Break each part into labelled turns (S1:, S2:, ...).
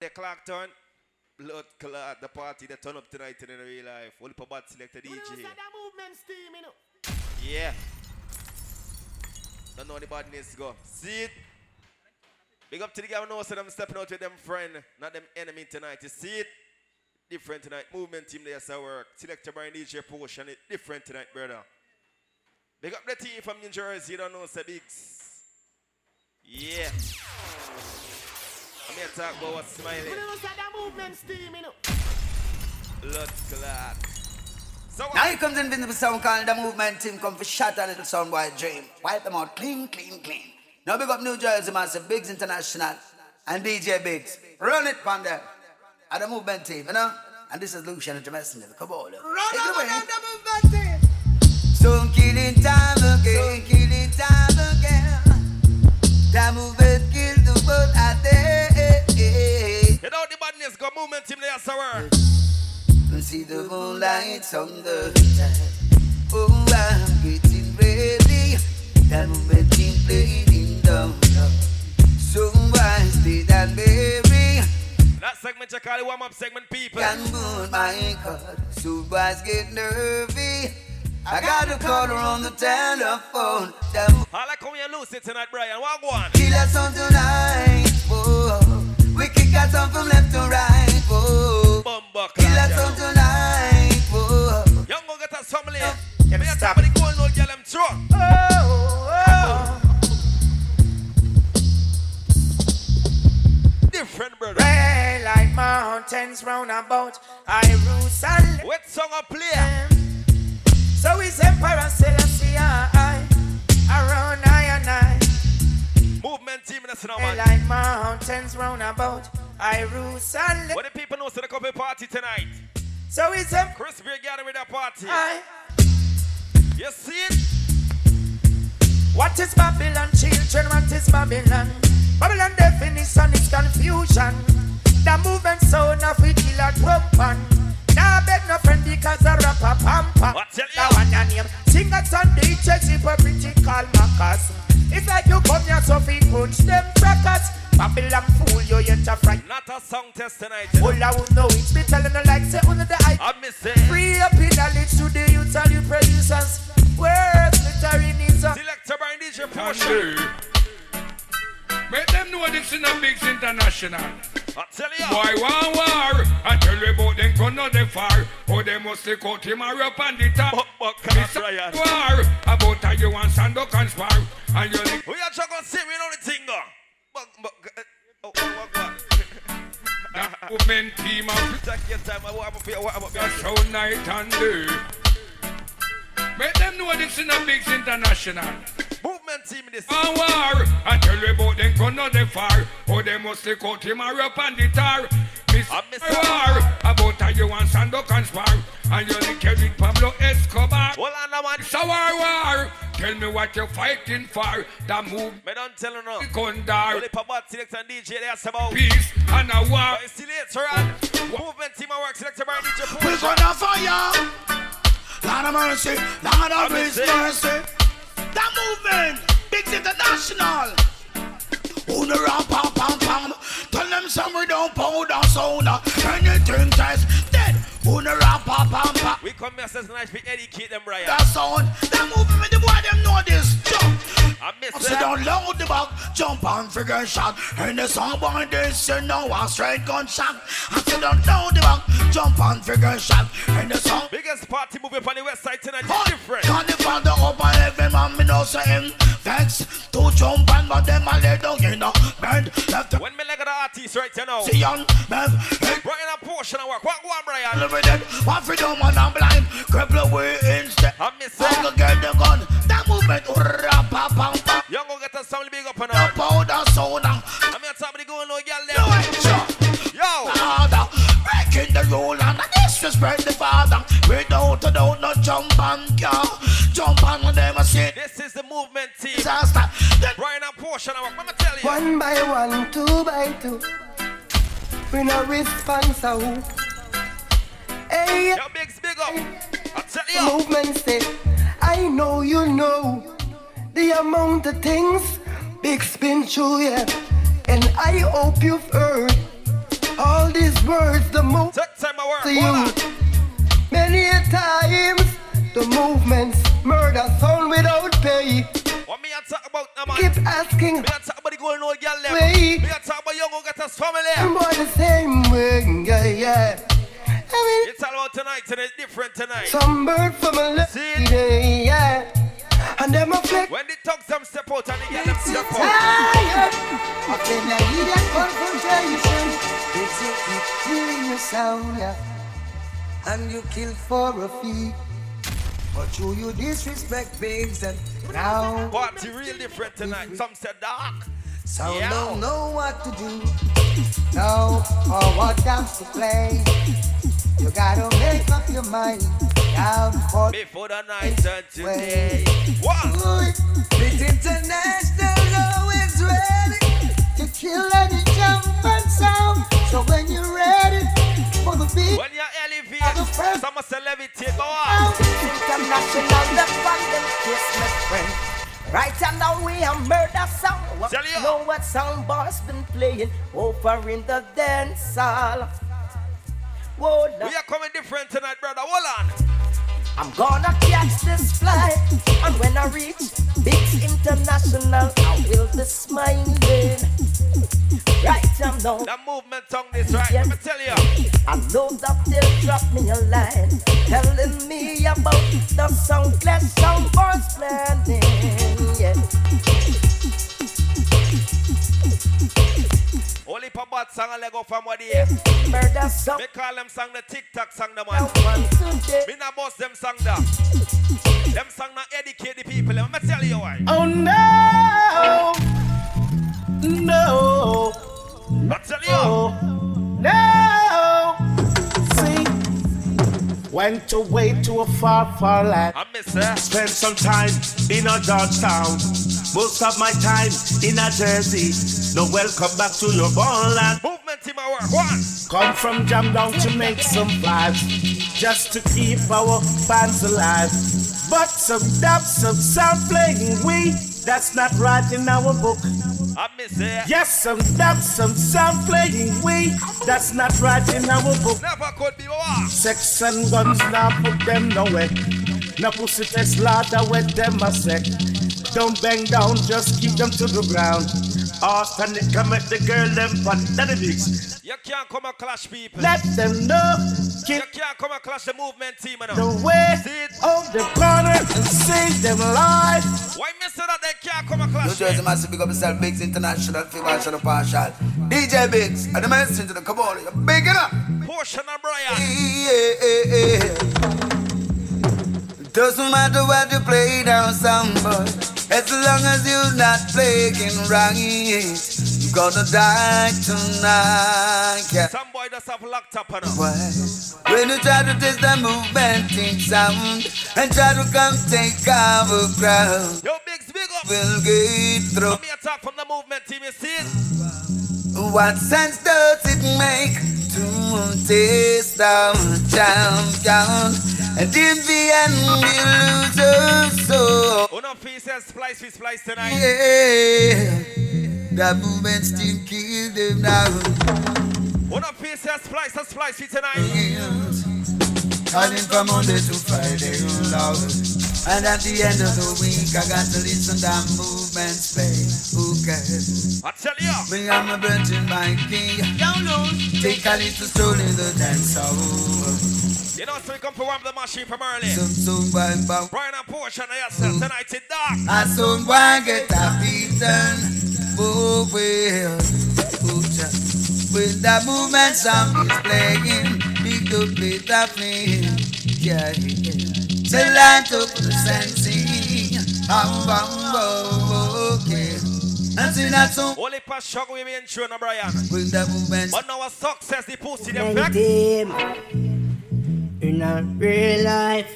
S1: The clock turn. Blood clot. The party that turn up tonight in the real life. Will Bad selected
S2: You know,
S1: DJ.
S2: say that movement steam, you know.
S1: Yeah. Don't know anybody needs to go. See it? Big up to the guy who knows that I'm stepping out with them friend, not them enemy tonight. You see it? Different tonight. Movement team there I work. Selector by DJ Potion. It different tonight, brother. Big up the team from New Jersey. You don't know the bigs. Yeah. I'm here to talk about what's
S2: You
S1: smiling.
S2: know, say that movement steam, you know.
S1: Blood clot. So uh,
S3: Now here comes Invincible Sound calling the movement team come for shatter little sound boy dream. Wipe them out clean, clean, clean. Now big up New Jersey Massive, Biggs International and DJ Biggs. Run it from them. And the movement team, you know? And this is Lucian and the messenger. Come on, look. Take it away. So I'm killing time again, killing time again. Time movement kill the world out there.
S1: You know the badness. Go movement team there I work.
S3: and see the moonlight on the hillside. Oh, I'm getting ready. That movement team playing in the So I stay that baby.
S1: That segment you call the warm up segment, people.
S3: Can move my car. So boys get nervy. I got a caller on the telephone. That mo-
S1: All I come here loose it tonight, Brian. What one?
S3: kill us on tonight. Whoa. We kick us on from left to right. Whoa.
S1: Bumba
S3: Kill us on
S1: clap.
S3: tonight. Whoa.
S1: Young go get us some late.
S3: Yeah,
S1: Me a top
S3: stop.
S1: of the goal, no girl, I'm drunk.
S4: Oh,
S1: Different, brother.
S4: Well, like mountains round about Jerusalem.
S1: What song I play?
S4: So is Emperor Selassie I, around I and I.
S1: Movement team, that's not
S4: Well,
S1: man.
S4: like mountains round about Jerusalem.
S1: What the people know, so they come to the party tonight.
S4: So is Emperor
S1: Chris Beer gathering with that party.
S4: I.
S1: You see it?
S4: What is Babylon, children? What is Babylon? Babylon definition is confusion. The movement sound of we kill a weapon. Now beg no friend because I rap a pampa.
S1: What tell
S4: Now
S1: you?
S4: one a name. Singers and DJs hypocritical mockers. It's like you come here so we punch them crackers. Babylon fool you yet a fright.
S1: Not a song test tonight. You know?
S4: All I will know is me telling the like say under the eye.
S1: I miss it.
S4: Free up in the lips to the youth and you producers. Where's military needs a
S1: Selector by DJ Portion.
S5: Make them know this is a big international.
S1: I tell you.
S5: Why one war? I tell you about them gun not they far. Oh, they must take out him and up on the top.
S1: Bumba clap,
S5: This a
S1: Brian.
S5: war about how you want sand up and spar. And you lick
S1: We are just gonna sit, we know the thing, go. But, but, uh, oh, oh, oh, oh.
S5: that woman team up.
S1: Take your time, I warm up here, warm up
S5: That's
S1: here.
S5: how night and day. Make them know this is a big international.
S1: Movement team in this.
S5: a war. I tell you about them gun not they far. Oh, they must take out him and rap on the tar. Miss
S1: I miss-
S5: a war about how you want sand up and spar. And you lick it with Pablo Escobar.
S1: Well, I know, man.
S5: It's a war, war. Tell me what you're fighting for. The movement
S1: Me don't tell you no.
S5: Gondar.
S1: Only Pabat Select and DJ, that's about.
S5: Peace and a war.
S1: But you see later on. Movement team, I work selected by DJ
S6: We're
S1: Portion.
S6: gonna fire. Lord of mercy, Lord of
S1: I'm
S6: His
S1: sick.
S6: mercy. That movement, big international. Una ram pam pam pam. Tell them some we don't pound our soda. Anything test dead. Una ram pam pam pam.
S1: We come here says nice, we educate them, Brian.
S6: That sound, that movement, the boy them know this. Jump.
S1: I miss
S6: Sit
S1: that.
S6: down load the back, jump and figure shot. And the song boy they say no one straight gun shot. I sit down load the back, jump and figure shot. And the song
S1: Biggest party movie on the west side tonight.
S6: Cut.
S1: Different.
S6: Can the father up on heaven, man, me no say him vex. To jump and but them a lay down in a bed. Left the
S1: When me look at the artist right you know.
S6: Zion, Bev, head
S1: Brian and Portion, I work. What one, Brian?
S6: with it. What for them man, I'm blind. Cripple away instead.
S1: I miss
S6: I'm
S1: that.
S6: gonna get the gun. That movement, hurrah, pa, pa, pa.
S1: Young go get us some big up and
S6: The
S1: all.
S6: powder soda.
S1: I'm here top of the going low, girl.
S6: Do
S1: them.
S6: it, sure.
S1: Yo.
S6: father. Breaking the rule and I disrespect the father. Without a doubt, no jump on, yo. Jump on and them a say
S1: This is the movement team.
S6: disaster. Then
S1: Brian and Portion, I work. Let me tell you.
S7: One by one, two by two. We no response a who. Hey,
S1: Yo, Bigs, big up. I tell you.
S7: movement say, I know you know the amount of things big spin through yeah, and I hope you've heard
S4: all these words, the move
S1: Take time I work.
S4: to
S1: Hold
S4: you.
S1: on.
S4: Many a times, the movements murder sound without pay.
S1: What me a talk about now, man?
S4: Keep asking,
S1: Me a talk about the golden old girl them.
S4: Wait.
S1: Me a talk about young who got us family.
S4: I'm all the same way, yeah, yeah. I mean,
S1: It's all about tonight and it's different tonight.
S4: some bird from a
S1: See?
S4: lady, yeah. And them a flick.
S1: When the thugs them step out and the girl them step out.
S4: tired of the Nigerian confrontation. They take it till you sound, yeah. And you kill for a fee. But you, you disrespect things and now
S1: Party real different tonight. Some said dark.
S4: sound
S1: Yeah.
S4: don't know what to do. Now or what dance to play. You gotta make up your mind. Down for
S1: Before the night and today. One.
S4: good.
S8: It's international, always ready.
S4: To kill any jump and sound. So when you're ready for the beat.
S1: When you elevate, some say levitate. Go on.
S8: International, the fun, them kiss my friend. Right and now we a murder song. What-
S1: Tell you.
S8: Know what sound boy's been playing
S4: Oh,
S8: over in the dance hall. Whoa, now
S1: We are coming different tonight, brother. Hold on.
S8: I'm gonna catch this flight, and when I reach big international, I will be smiling. Right now, now
S1: That movement tongue is right. Let
S8: Yes.
S1: me tell you.
S8: I know that they'll drop me a line, telling me about the sound clash sound boys planning. Yeah.
S1: Only for bad song and let go from what they is.
S8: Murder sound
S1: Me call them song the TikTok song, the man.
S8: one today.
S1: Me not boss them song, da. Them song not educate the people. Let me tell you why.
S9: Oh no! No!
S1: Let me tell you.
S5: Oh,
S9: No! See? Went away to a far, far land.
S1: I miss her.
S6: Spent some time in a Georgetown. Most of my time in a Jersey. No welcome back to your bornland.
S1: Movement team at work. One.
S6: Come from Jam Down to make some vibes, just to keep our fans alive. But some dub, some sound playing we, that's not right in our book.
S1: I miss her.
S6: Yes, some dub, some sound playing we, that's not right in our book.
S1: Never could be war.
S6: Sex and guns now put them nowhere. Now pussy test slaughter with them a sec. Don't bang down, just keep them to the ground. Austin it come at the girl them fanatics.
S1: You can't come and clash people.
S6: Let them know,
S1: You
S6: keep
S1: can't come and clash the movement team. You
S6: the
S1: know.
S6: way
S5: oh,
S6: of the corner and save them life.
S1: Why miss her that they can't come and
S3: New
S1: clash
S3: Jersey
S1: me?
S3: massive big up yourself, Biggs International, Figure Shadow Partial. DJ Biggs, and the message to the Kabul, you're big enough.
S1: Portion and Brian.
S3: Yeah, yeah, yeah. Doesn't matter what you play down somewhere, as long as you're not playing right, you're gonna die tonight. Yeah.
S1: Some boy just have laptop on her.
S3: Why? When you try to test the movement in sound and try to come take our ground,
S1: Yo, Biggs, big up.
S3: we'll get through.
S1: Let me attack from the movement team, you see it?
S3: What sense does it make to taste our champion and if the end we lose our soul?
S1: Uno pieces, splice, fee, splice tonight.
S3: Yeah, the movement still kill them now.
S1: Uno pieces, splice, and splice fee tonight.
S3: Calling from Monday to Friday, Lord. And at the end of the week, I got to listen to that movement's play. Who cares?
S1: I tell you,
S3: Me and my brunch in my key. Take a little stroll in the dance hall.
S1: you know, so we come for warm the machine from early.
S3: Some soon bang bang.
S1: Brian and Portion, I yourself tonight in dark.
S3: I soon won't get a beaten. Oh, well, oh, cha. when the movement song is playing, big to play the flame. Yeah, yeah. Till I took the sensing. Oh, oh, oh, okay. And see that song
S1: Only pass shock we be in true, no, Brian.
S3: when the movement
S1: But now our success, the pussy, them
S8: Like
S1: back.
S8: them in a real life.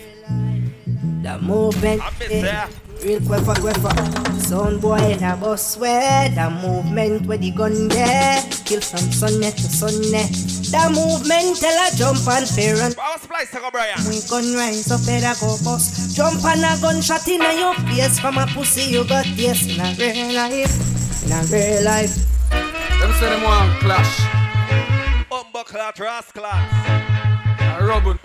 S8: The movement
S1: I miss
S8: eh,
S1: that.
S8: real queffa queffa. Sound boy in a bus where the movement where the gun there kill from sunny to sunny. The movement tell a jump and fair and
S1: But our splice, I go, Brian.
S8: we gun rise up there a go bust. Jump and a gunshot in a your face from a pussy you got yes in a real life. In a real life.
S3: Them say them want clash.
S1: Umbo blood clot, rascals.
S5: Robin.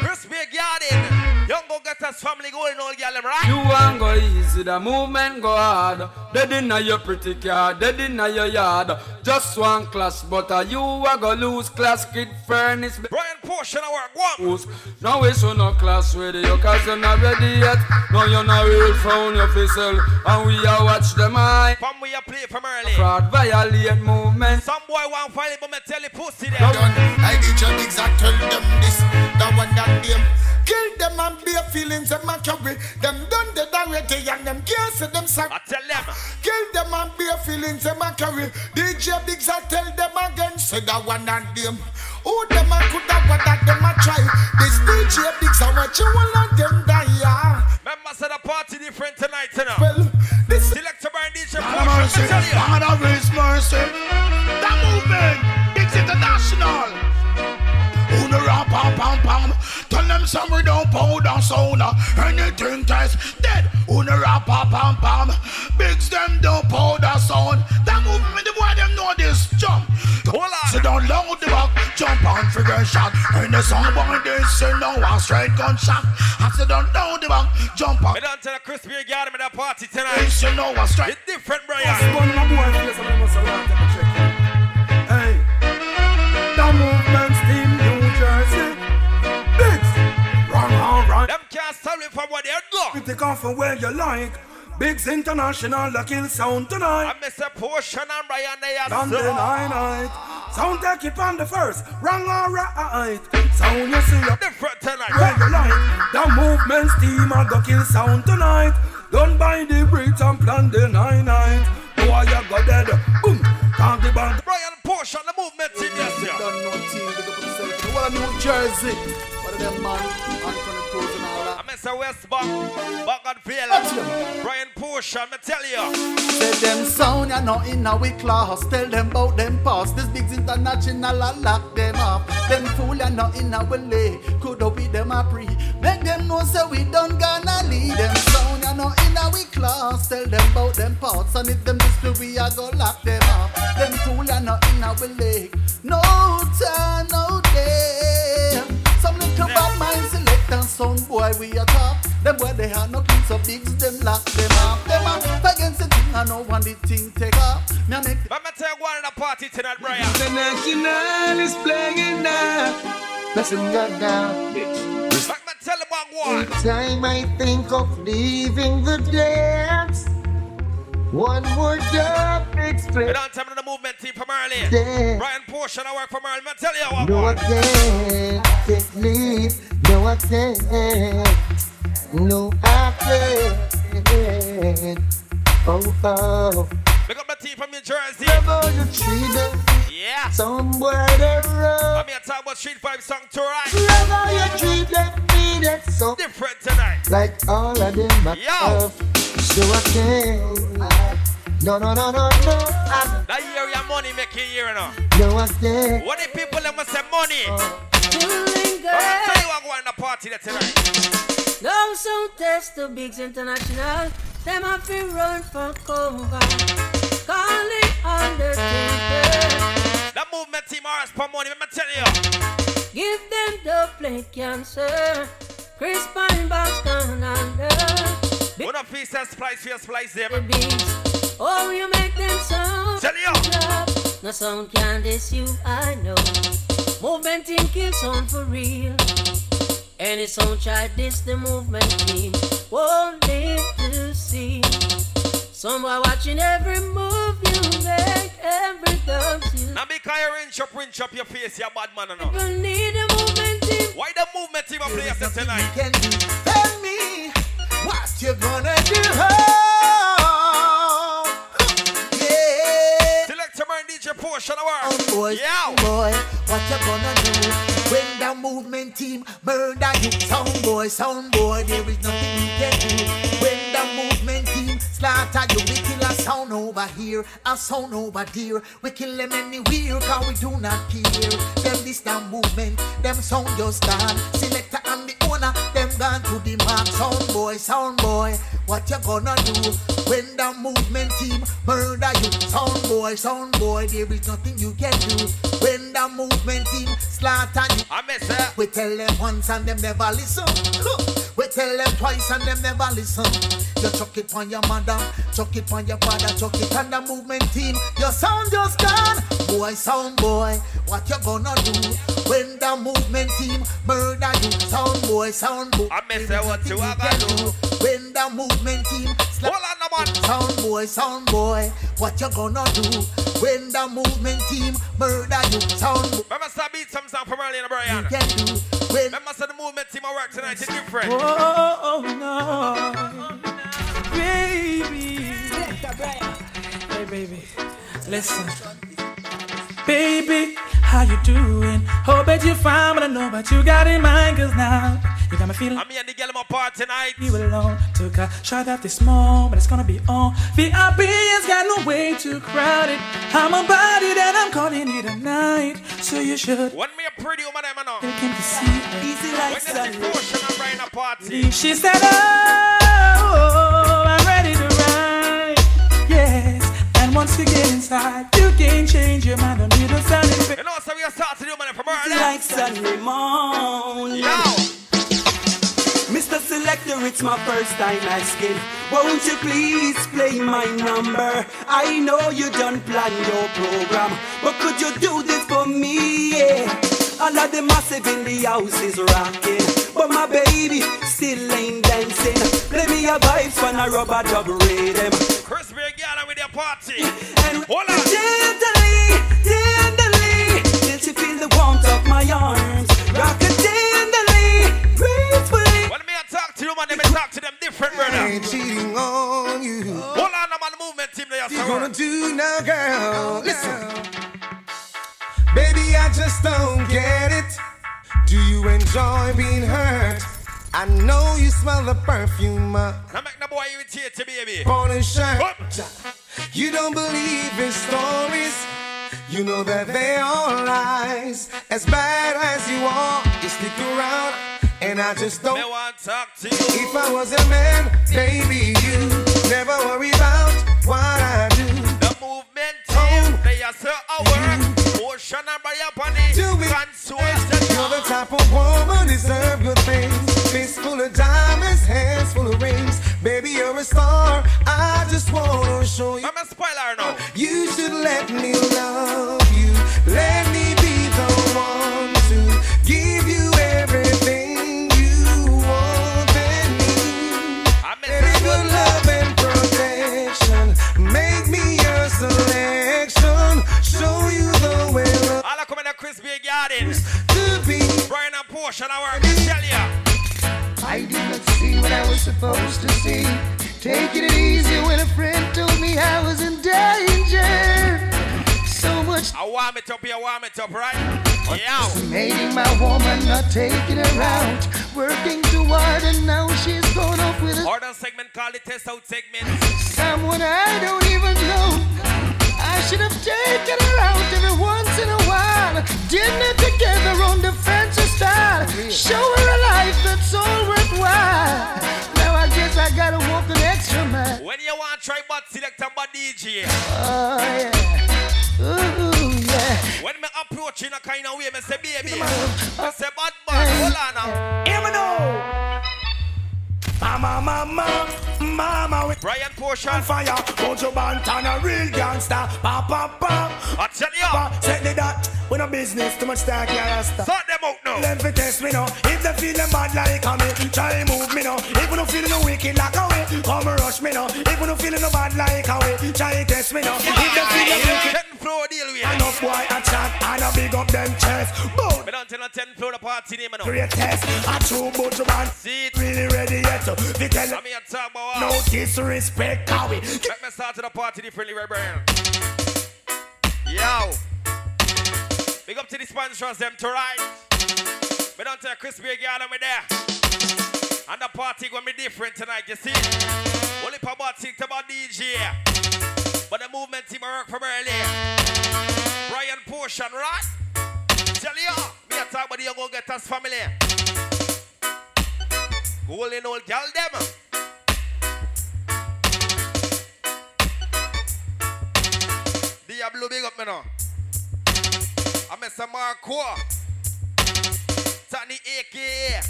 S1: Chris Big Yardin. Young go get us family going all y'all, them right?
S5: You want go easy, the movement go hard. They deny your pretty car, they deny your yard. Just one class, but uh, you are go lose class, kid furnace. be-
S1: Brian Portion, I work one.
S5: Who's no wish on no class radio, cause you're not ready yet. No, you're not real phone, your fizzle, and we are watch them eye.
S1: From where you play from early.
S5: Fraud violate movement.
S1: Some boy want fight it, but me tell you pussy there.
S5: No.
S6: done. I did your niggas I tell them this, that one that them. Kill them and be feelings them and carry. Them done dead already and them can't say them sack.
S1: I tell them.
S6: Kill them and be feelings them and carry. DJ Biggs I tell them again, say that one and them. Who them a could have what that them a try? This DJ Biggs I watch you all of them die. Yeah.
S1: Members of the party different tonight, you know.
S6: Well, this is
S1: Selector Brian DJ
S6: Have
S1: Portion, I tell you.
S6: Father, raise mercy. The movement, it's international. Una rap, pam, pam, pam. Tell them some we don't bow down, so now anything that's dead. Una rap, pam, pam, pam. Bigs them don't bow down, sound. The movement, the boy them know this. Jump.
S1: Hold on.
S6: Sit down low the back, jump on figure shot. And the song boy they say no, a straight gunshot. I sit down low the back, jump on.
S1: Me don't tell a Chris Big Yardin at the party
S6: They
S1: tonight.
S6: say no, a straight
S1: It's different, Brian.
S5: Gun in a boy face and I must have to check. Hey, the movement's team New Jersey. Bigs, run on, run.
S1: Them can't stop me from what they do.
S5: You take off from where you like. Bigs International, the kill sound tonight.
S1: I miss a portion and Brian they are
S5: Sunday
S1: so-
S5: night, night. Sound take it on the first. Wrong or right. Sound you see up
S1: different
S5: where
S1: tonight.
S5: you like. The movement's team are the kill sound tonight. Done by the Brit and plan the nine night. Boy, you go dead. Boom. Can't the band
S1: Brian Portion, the movement team, yes, yeah.
S10: Done no team, big up yourself. The one of New Jersey. One of them man, Anthony Cruz and all
S1: I
S10: that.
S1: miss a West Bank,
S10: That's
S1: Bogardville.
S10: you.
S1: Brian Portion, I tell you.
S10: Say them sound, you're not in our class. Tell them about them past. This big's international, I lock them up. Them fool, you're not in our lay. Could have be them a pre. Make them know, say we done gonna lead them sound, you're not in our class. Tell them about them parts. And if them display, we are go lock them up. Them fool, you're not in our lay. No time, no day. Some little bad mind select and sound boy we a top. Them boy they have no clean so bigs them lock them up. Them up against the thing and no one the thing take up. Me a make
S1: But me tell you one in the party tonight, Brian.
S3: International is playing now. Listen, God, now.
S1: Let me tell you one one.
S3: Time I think of leaving the dance. One more job,
S1: Me
S3: explain
S1: don't tell me the movement team from early.
S3: dance.
S1: Brian Portion, I work from early. Me tell you one
S3: No, I
S1: one.
S3: can't take leave. No, I can't. No, I can't. Oh, oh.
S1: Pick up the team from New Jersey.
S3: Never you treat them
S1: Yeah.
S3: somewhere they rough.
S1: I'm here to talk about Street Five song to right.
S3: Never you treat them needed so
S1: Different tonight.
S3: like all of them are
S1: Yo.
S3: tough. So I can't. No, no, no, no, no. I,
S1: That year your money making year now.
S3: no, I can't.
S1: What the people them must say money?
S11: Fooling
S1: I'm
S11: girl,
S1: tell you what going in the party there tonight.
S11: don't so test the bigs international. Them have been run for cover. Calling on the paper.
S1: That movement team RS for money, let me tell you.
S11: Give them the plate cancer. Chris Pine box down under. Big
S1: One of these says splice, fear splice
S11: the
S1: them.
S11: beats. Oh, you make them sound.
S1: Tell you.
S11: up. No sound can diss you, I know. Movement team kills on for real. Any sound try diss the movement team. Won't live to see. Someone watching every move you make, every thought you
S1: Now because you rinse up, rinse up your face, you're a bad man or no.
S11: People need a movement team.
S1: Why the movement team a play us
S10: you
S1: tonight?
S10: can do. Tell me what you gonna do. Yeah.
S1: Select your man DJ portion of
S10: Boy,
S1: work. Yeah.
S10: boy, what you gonna do when the movement team murder you? Sound boy, sound boy, there is nothing you can do when the movement team slaughter you. We kill a sound over here, a sound over there. We kill them anywhere, cause we do not care. Them this the movement, them sound just gone. Selector and the owner, them gone to the mark. Sound boy, sound boy, what you gonna do when the movement team murder you? Sound boy, sound boy, there is nothing you can do when the
S3: movement team slaughter you.
S1: I miss it.
S3: We tell them once and them never listen. Look, we tell them twice and them never listen. You chuck it on your mother, chuck it on your father, chuck it on the movement team. Your sound just gone, boy, sound boy. What you gonna do when the movement team murder you? Sound boy, sound boy.
S1: I miss it. What you ever do?
S3: When the movement team slap
S1: Hold on, no man.
S3: Sound boy, sound boy, what you gonna do when the movement team murder you? Sound boy,
S1: Remember, stop beat some song from early in the Brian.
S3: can do when
S1: Remember, so the movement team I work tonight is different.
S12: Oh, no, baby. Hey, baby, listen. Baby, how you doing? Hope that you're fine, but I know what you got in mind, cause now you got me feeling.
S1: Me and the girl in my part tonight.
S12: You alone took a shot at this mall, but it's gonna be on. VIP has got no way too crowded. I'm a body that I'm calling it a night, so you should.
S1: When me a pretty woman, I'm know.
S12: Came to see her. Easy like
S1: When there's a portion, I'm running a party.
S12: She said, Oh, I'm ready to ride. Yes, and once you get inside, you can change your mind on me. The sun is
S1: You know, so we are starting to do money from early.
S12: like Sunday morning.
S4: Mr. Selector, it's my first time asking. Won't you please play my number? I know you don't plan your program, but could you do this for me? Yeah. All of the massive in the house is rocking, but my baby still ain't dancing. Play me a vibes when I rubber dub rhythm.
S1: Crispy girl, I'm with your party.
S4: And Hold on. Gently, tenderly, till she feel the warmth of my arms. Rock it tenderly, gracefully.
S1: When me a talk to you, man, they may talk to them different, brother.
S3: ain't cheating on you.
S1: Hold on, I'm on the movement team. They are
S3: you
S1: so
S3: gonna do now, girl? Listen.
S10: Baby, I just don't get it. Do you enjoy being hurt? I know you smell the perfume uh,
S1: Now make the boy irritate you, baby.
S10: on his shirt. You don't believe his stories. You know that they are lies. As bad as you are, you stick around, and I just don't.
S1: Me want talk to you.
S10: If I was a man, baby, you never worry about what I do.
S1: The movement team, they are so our Ocean and by your body.
S10: Do it. You're the type of woman deserve good things. Fist full of diamonds, hands full of rings. Baby, you're a star. I just wanna show you.
S1: I'm a spoiler now.
S10: You should let me love you. Let me be the one to give you everything you want and need. Baby, good love and protection. Make me your selection. Show you the way love
S1: All I come in the Crispy Garden.
S10: to be.
S1: Brian and Portion, I work. I tell ya.
S13: I did not see what I was supposed to see. Taking it easy when a friend told me I was in danger. So much
S1: I warm it up here, warm it up, right? Yeah.
S13: mating my woman, not taking her out. Working too hard and now she's gone off with a,
S1: Order segment called the test out segment.
S13: someone I don't even know. I should have taken her out every once in a while. Dinner together on the fancy style. Show her a life that's all worthwhile. Now I guess I gotta walk an extra mile.
S1: When you want try but select a bad DJ.
S13: Oh yeah. Ooh yeah.
S1: When me approach in a kind of way, me say baby. I say bad man, hold on now.
S12: Here we know.
S6: Mama, mama, mama, we
S1: Brian Portion.
S6: on fire. Hold your band on a real gangster. Pa, pa, pa.
S1: I tell
S6: Pa,
S1: ya.
S6: Set the dot. We no business. Too much stack, yeah, rasta.
S1: Sort them out now.
S6: Them fi test me now. If they feel them bad like a me, try move me now. If we no feel no wicked like a way, come rush me now. If we no feel no bad like a way, try test me now. If they feel no wicked,
S1: Ten floor deal with.
S6: enough boy a chat and a big up them chest. Boom.
S1: Me don't tell no ten floor the party name now.
S6: Greatest, a true butcher man.
S1: See it.
S6: Really ready yet? They tell
S1: I'm here talk about
S6: no disrespect, how we
S1: Let me start to the party differently, right, Brian? Yo. Big up to the sponsors, them to right. Me don't tell Chris Big girl, me there. And the party gonna be different tonight, you see? Only for about six to about DJ. But the movement team I work from early. Brian Portion, right? Tell you, me a talk about the young old getters family. Golden old girl, them. Diablo big up me now. I'm Mr. Marco. Tony AKA.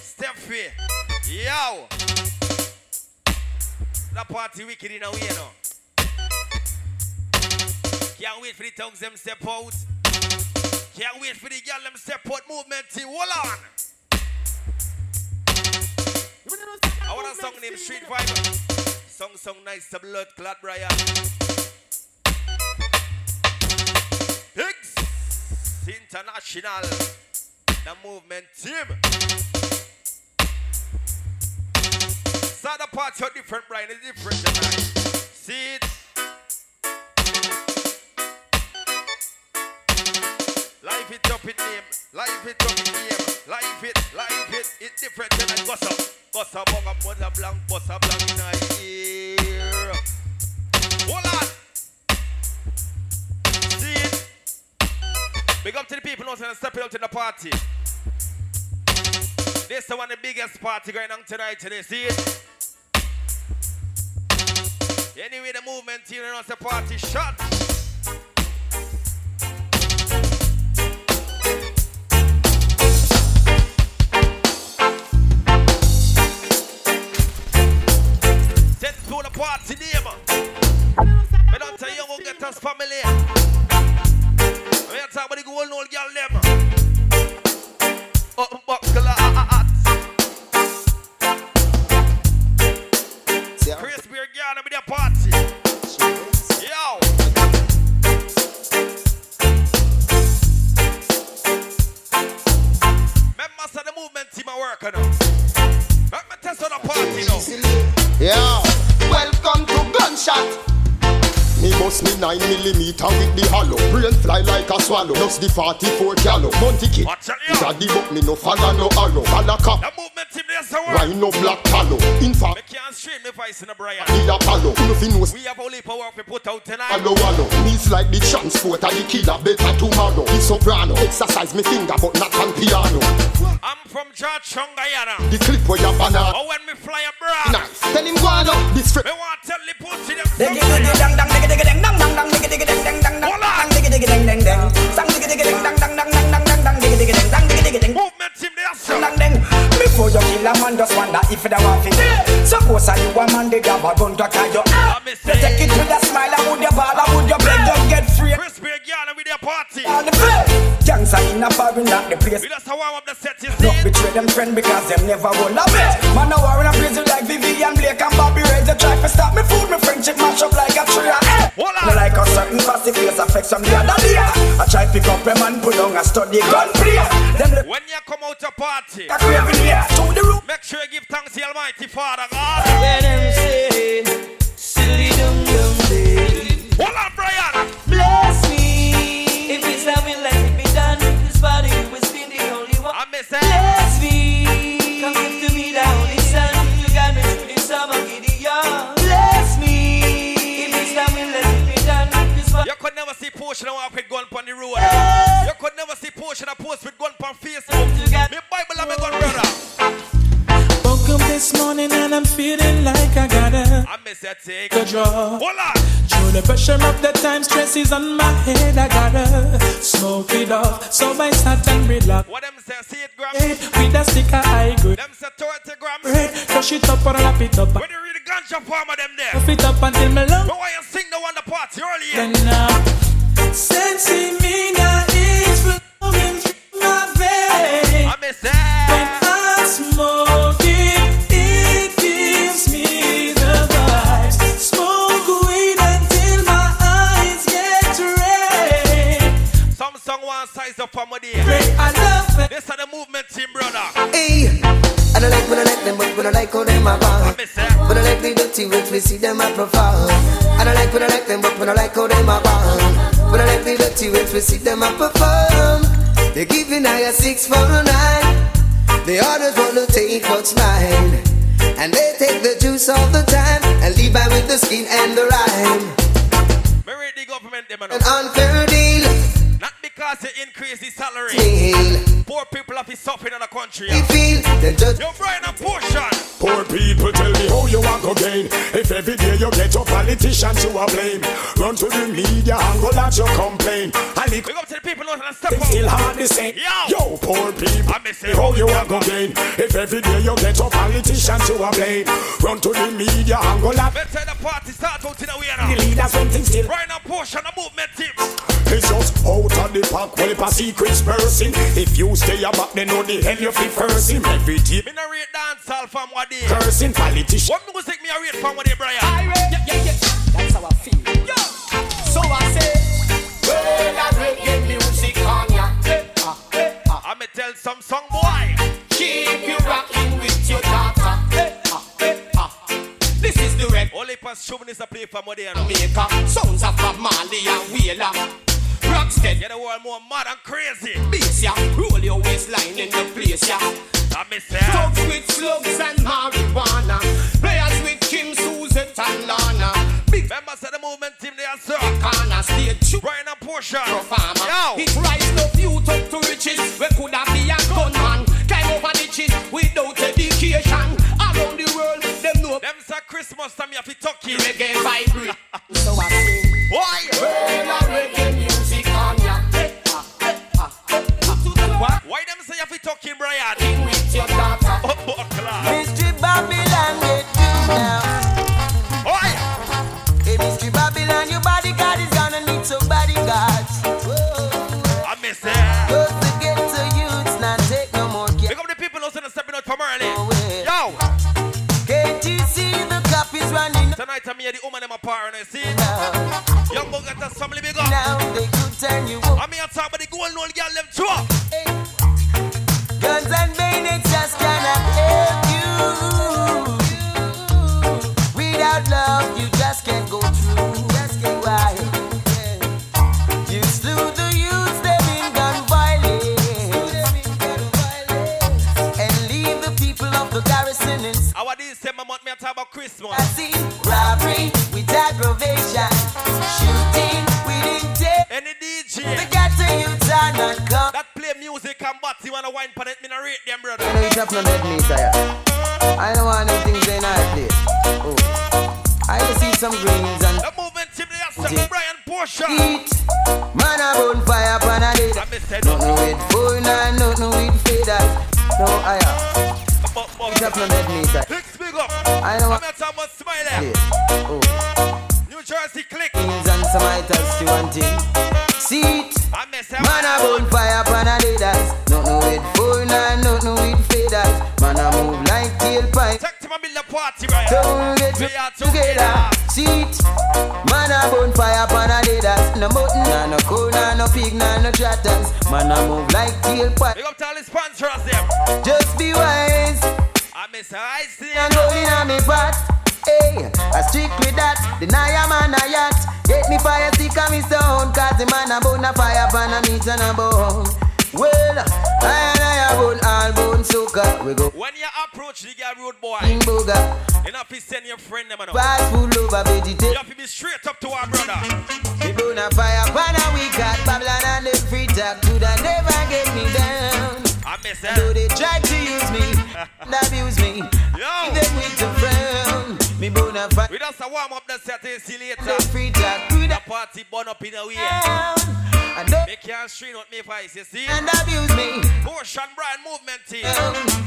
S1: Steffi. Yo. The party wicked in a way now. Can't wait for the tongues them step out. Can't wait for the girl them step out movement team. Hold on. I want a song named Street Vibe. Song song nice to blood clot Brian. Higgs International. The movement team. Start the party out different, Brian. It's different tonight. See it. Life it up it name, life it up it name, life it, life it, it different than a gossip. Gossip bong a mother blank, gossip blank in a ear. Hold on. See it. Big up to the people now and stepping out to the party. This is one of the biggest party going on tonight today, see it? Anyway, the movement team announced the party shot. Set to the party name. Me don't tell you who get us family. Me don't talk about the gold old girl them. Up buckle a hat. Chris Beer girl be the party. Yo. Members of the movement team are working on. Let me test on the party now.
S2: Yeah. Welcome to Gunshot. Me bust me 9 millimeter with the hollow. Brain fly like a swallow. Just the 44 callow. Monty kid. Daddy book me no follow no arrow. Follow cop. Rhino black tallow. In fact,
S1: Can't stream me voice in the Brian.
S2: need a palo. Nothing was
S1: We have only power if we put out tonight.
S2: Allo, allo, means like the transport of the killer better tomorrow. The soprano, exercise me finger but not on piano.
S1: I'm from George Guyana.
S2: The clip where your banana.
S1: Oh, when me fly abroad.
S2: Nice. Tell him go on up. This
S1: Me want tell the pussy them.
S2: Diggy,
S1: something.
S2: diggy,
S4: dang, dang, diggy, diggy, dang, dang, dang, dang, diggy, diggy, dang, dang, dang, dang, dang, diggy, diggy, dang, dang, dang. Dang, diggy, diggy, dang, dang, dang, dang, dang, dang, dang, dang, diggy, diggy, dang, dang, diggy, diggy, dang. Dang, dang, dang. Before you kill a man, just wonder if they want it. Suppose I you a man, they grab a gun to call you out. They take it with a smile, I would you ball, I would you beg, just get free. On the floor. Gangs are in a bar, in that the place. Don't betray them friend because them never will love it. Man, I war in a prison like Vivian Blake and Bobby Ray. They try to stop me food, me friendship mash up like a tree. Eh. Me like a certain fussy face affects from the other day. I try pick up a man, put down a study gun play. Them the
S1: When you come out to party, make sure you give thanks to the Almighty Father God. Hold on, Brian.
S12: Bless me. If it's not me, let it be done. If this body was be the only one. I
S1: miss
S12: Bless me. Come give to me the only son. You got me through the summer, Gideon. Bless me. If it's not me, let it be done. If this body
S1: You could never see portion of walk with gun on the road. You could never see portion of post with gun on Facebook. Me Bible and me gun brother.
S14: Woke up this morning and I'm feeling like I gotta
S1: I miss that take.
S14: go draw.
S1: Hold on.
S14: Through the pressure of the time, stress is on my head. I gotta smoke it off, so I start and relax.
S1: What them say? See it, gram.
S14: With a sticker, I good.
S1: Them say 30 grams.
S14: Red, crush it up or wrap it up.
S1: When you read the ganja farm of them there.
S14: Puff it up until my lungs.
S1: But why you sing the one the party early?
S14: Then now, sensing me now is flowing through my veins.
S1: I miss that.
S14: When I smoke it, it gives me the vibes. Smoke weed until my eyes get red.
S1: Some song one size up for my day.
S14: I love it.
S1: This are the movement team, brother.
S3: Hey, I don't like when I like them, but when I like how them are bad. When I like the dirty words, we see them I profile. I don't like when I like them, but when I like how them are bad. When I like the dirty words, we see them I perform. They're giving I a six for a nine. They always want to take what's mine. And they take the juice all the time and leave by with the skin and the rhyme.
S1: Government them
S3: An unfair deal.
S1: Not because you increase the salary.
S3: Deal.
S1: poor people have been suffering in the country.
S15: feel they just
S1: Your brain a portion.
S6: Poor people tell me how you want to gain. If every day you get your politicians you are blame, run to the media and go let your complain. And it
S1: Big up to the people not and
S6: It's still hard to say. Yo, poor people, I miss it. how you are going to gain. If every day you get your politicians you are blame, run to the media and go let
S1: Let's say the party start out in a way now.
S6: the leaders when things still.
S1: Right now, portion of movement team.
S6: It's just out of the park, well, if a secret person. If you stay about, they know the hell you feel first. Him every day.
S1: Me no rate dancehall from what day.
S6: Cursing politician.
S1: What music me a rate from what day, Brian? I
S4: rate, yeah, yeah, yeah. That's how I feel. Yo. So I say, well, I reggae music on ya.
S1: I me tell some song boy.
S4: Keep you rocking with your daughter. This is the red.
S1: Only pass chauvinist a play from what day.
S4: Jamaica. Sounds of Bob Marley and Wheeler. Rocksteady.
S1: Get the world more mad and crazy.
S4: Bass ya. Roll your waistline in the place ya.
S1: I miss it.
S4: Thugs with slugs and marijuana. Players with Kim, Suzette and Lana. Big
S1: members of the movement team they are sir.
S4: Corner state true.
S1: Brian and Portia.
S4: Performer.
S1: Yo.
S4: It rise no youth up to riches. We could have be a gunman. Climb over ditches without education. Around the world, them know.
S1: Them say Christmas time you have to talk it.
S4: Reggae vibrate. so I sing.
S1: Why?
S4: Well, I reggae music on ya.
S1: Why why them say you have to talk it, Brian?
S4: With your daughter.
S1: Oh, class.
S4: Mystery Babylon, get you now.
S1: Oi!
S4: Hey, Mystery Babylon, your bodyguard is gonna need some bodyguards.
S1: I miss it.
S4: Those that get to youths, not take no more
S1: Pick up the people who's not stepping out from early. Yo!
S4: Can't you see the cop is running
S1: Tonight I'm here, the woman in my power, and I see it.
S4: now?
S1: Young boy got us family big up.
S4: Now they could turn you up.
S1: I'm here talking about the golden old girl, them two up.
S4: Guns and bayonets just cannot help you. Without love, you just can't go through. Just can't why. You slew the youths, them in gun violence. And leave the people of the garrison in
S1: Our December month, me a talk about Christmas.
S4: sin. Robbery with aggravation. Shooting with intent.
S1: Any DJ
S4: The ghetto youths are not come.
S1: that play music and batty wanna wine pan it, me no rate them, brother.
S3: Hey, drop no dead me, sire. I don't want them things in our place. Oh. I just see some greens and
S1: The movement team, they are some Brian Portia.
S3: heat. Man, I burn fire upon a day.
S1: I miss it.
S3: Nothing with phone and nothing with feathers. No, I am. Drop no dead me, sire.
S1: Big big up.
S3: I know
S1: I'm
S3: what-
S1: not talking about Smiley.
S3: Oh.
S1: New Jersey click.
S3: Things and some items to one thing. Seat.
S1: I miss it.
S3: Man, I burn fire upon a day. Nothing with phone and nothing with feathers. Man, I move like tailpipe.
S1: Take to my middle party, Brian.
S3: Don't get
S1: We are
S3: together. Seat. Man a bone fire pan a leaders. No mutton, nah, no cow, nah, no pig, nah, no chatters. Man a move like tailpipe.
S1: Big up to all the sponsors them.
S3: Just be wise.
S1: I miss it. I see
S3: And go in a me pot. Hey, I stick with that. Deny a man a yacht. Get me fire stick a me sound. Cause the man a bone a fire pan a meat and a bone. Well, I and I a bone all bone sucker. We go.
S1: When you approach the girl road boy,
S3: King Boga,
S1: you know if you send your friend them and all.
S3: fast food over
S1: You
S3: vegetable.
S1: have to be straight up to our brother.
S3: We burn a fire, burn a we got Babylon and the free talk. Could I never get me down?
S1: I miss
S3: Though
S1: it.
S3: they try to use me, and abuse me,
S1: Yo.
S3: even with the frown. Me burn a fire,
S1: We just a warm up the set see you later.
S3: the free talk. Could I
S1: The party burn up in a way.
S3: down? And
S1: Make your stream with me voice, you see?
S3: and abuse me.
S1: Motion Brian movement team.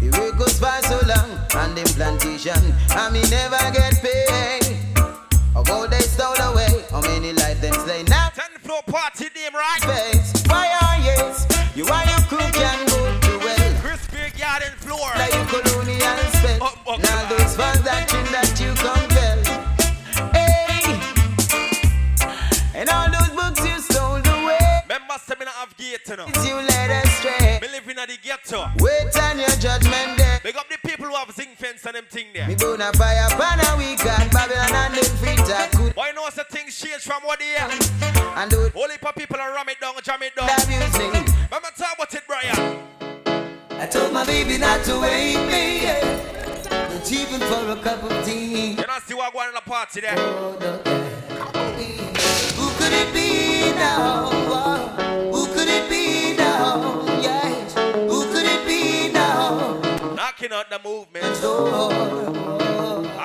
S3: The work goes by so long on them plantation, and me never get paid. How gold they stole away, how many lives them slay now?
S1: Ten floor party name, right?
S3: Face, fire, yes, you and your crew can go to well.
S1: Crispy garden floor.
S3: Like you colonial spell.
S1: Up, up.
S3: Now those fans that dream that you compel. Hey, and all those books you stole away,
S1: Members say me not have gate, you know.
S3: you led astray.
S1: Me live in the ghetto.
S3: Wait on your judgment day.
S1: Big up the people who have zinc fence and them thing there.
S3: Me burn a fire pan a weekend, Babylon and them free talk good
S1: Why you know the things change from what they are?
S3: and do
S1: Only for people are ram it down, jam it down.
S3: abuse me.
S1: Remember talk about it, Brian.
S3: I told my baby not to wake me, yeah. not even for a cup of tea.
S1: You know see what going on in the party there.
S3: Who could it be now? Who could it be now? Yeah.
S1: out the movement. I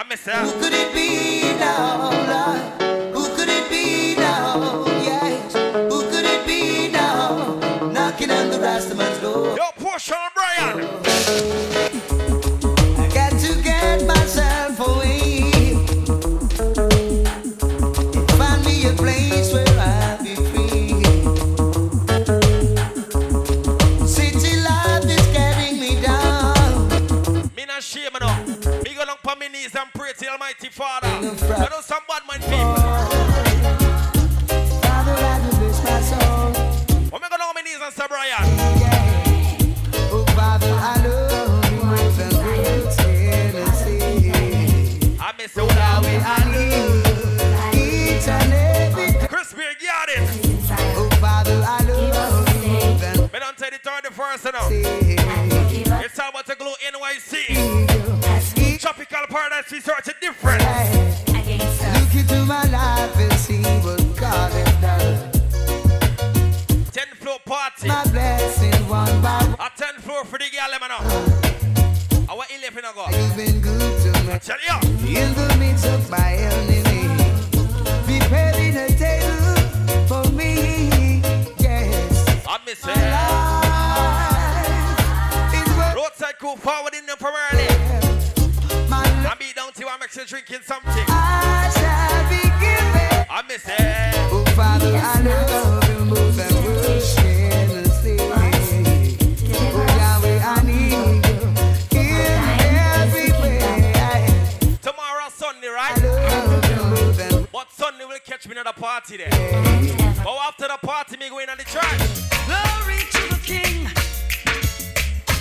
S1: miss that. Who could it
S3: be now? Lord? Who could it be now? Yes. Who could it be now? Knocking on the Rastaman's door.
S1: Yo, poor Sean Bryan.
S3: I got to get myself away. Find me a place where I'll be free. City life is getting me down.
S1: Me not shame enough. Me go down on my knees and pray to Almighty Father. I know some bad man people.
S3: Father, I do bless my soul.
S1: When me go down on my knees and say, Brian,
S3: Oh, Father, I love you with a great tendency.
S1: I miss you now.
S3: I love each and every
S1: Chris Beer, got it.
S3: Oh, Father, I love you with a
S1: Me don't tell the 31st enough. It's all about the glue NYC. Tropical Paradise Resort is different.
S3: Look into my life and see what God has done.
S1: Ten floor party.
S3: My blessing one by one.
S1: A ten floor for the girl, man. Our eleven ago.
S3: You've been good to me.
S1: Tell you.
S3: In the midst of my enemy, preparing a table for me. Yes,
S1: I miss it. Roadside cool forward in the primarily. I be down to you. I'm actually drinking something.
S3: I shall be given.
S1: I miss it.
S3: Oh, Father, I love you more than words can say. Oh, Yahweh, I need you in every way.
S1: Tomorrow Sunday, right? But Sunday will catch me at a party there. But after the party, me going on the church. Glory to the King.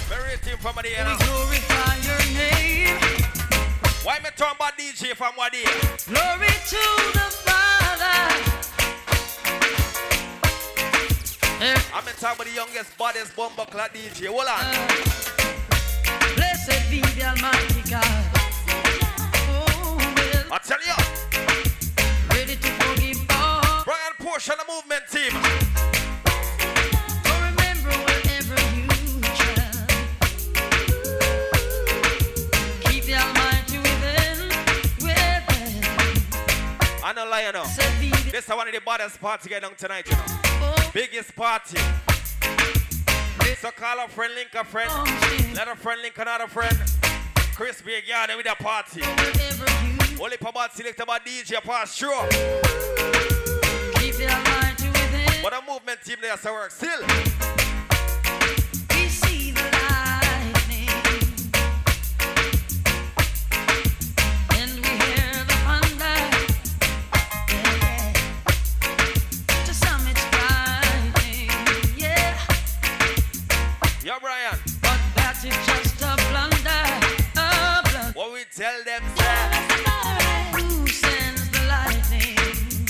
S1: Very team from the end. We glorify your name. Why me talking about DJ from what day?
S12: Glory to the Father.
S1: I'm in talk about the youngest, baddest bumper clad DJ. Hold on.
S12: Blessed be the Almighty God. Oh,
S1: I tell you.
S12: Ready to forgive all.
S1: Brian Porsche and the movement team.
S12: Or remember whenever you shall. Keep the Almighty within, within.
S1: I don't lie, you know. This is one of the baddest party going on tonight, you know.
S12: Oh.
S1: Biggest party. So call a friend, link a friend.
S12: Oh.
S1: Let a friend link another friend. Chris Big Yard with a party. Only for about select about DJ pass through.
S12: Keep the Almighty within.
S1: But a movement team there to work still.
S12: We see the lightning. And we hear the thunder. To some it's frightening, yeah.
S1: Yo, Brian,
S12: But that is just a blunder, a blunder.
S1: what we tell them, sir?
S12: Who sends the lightning?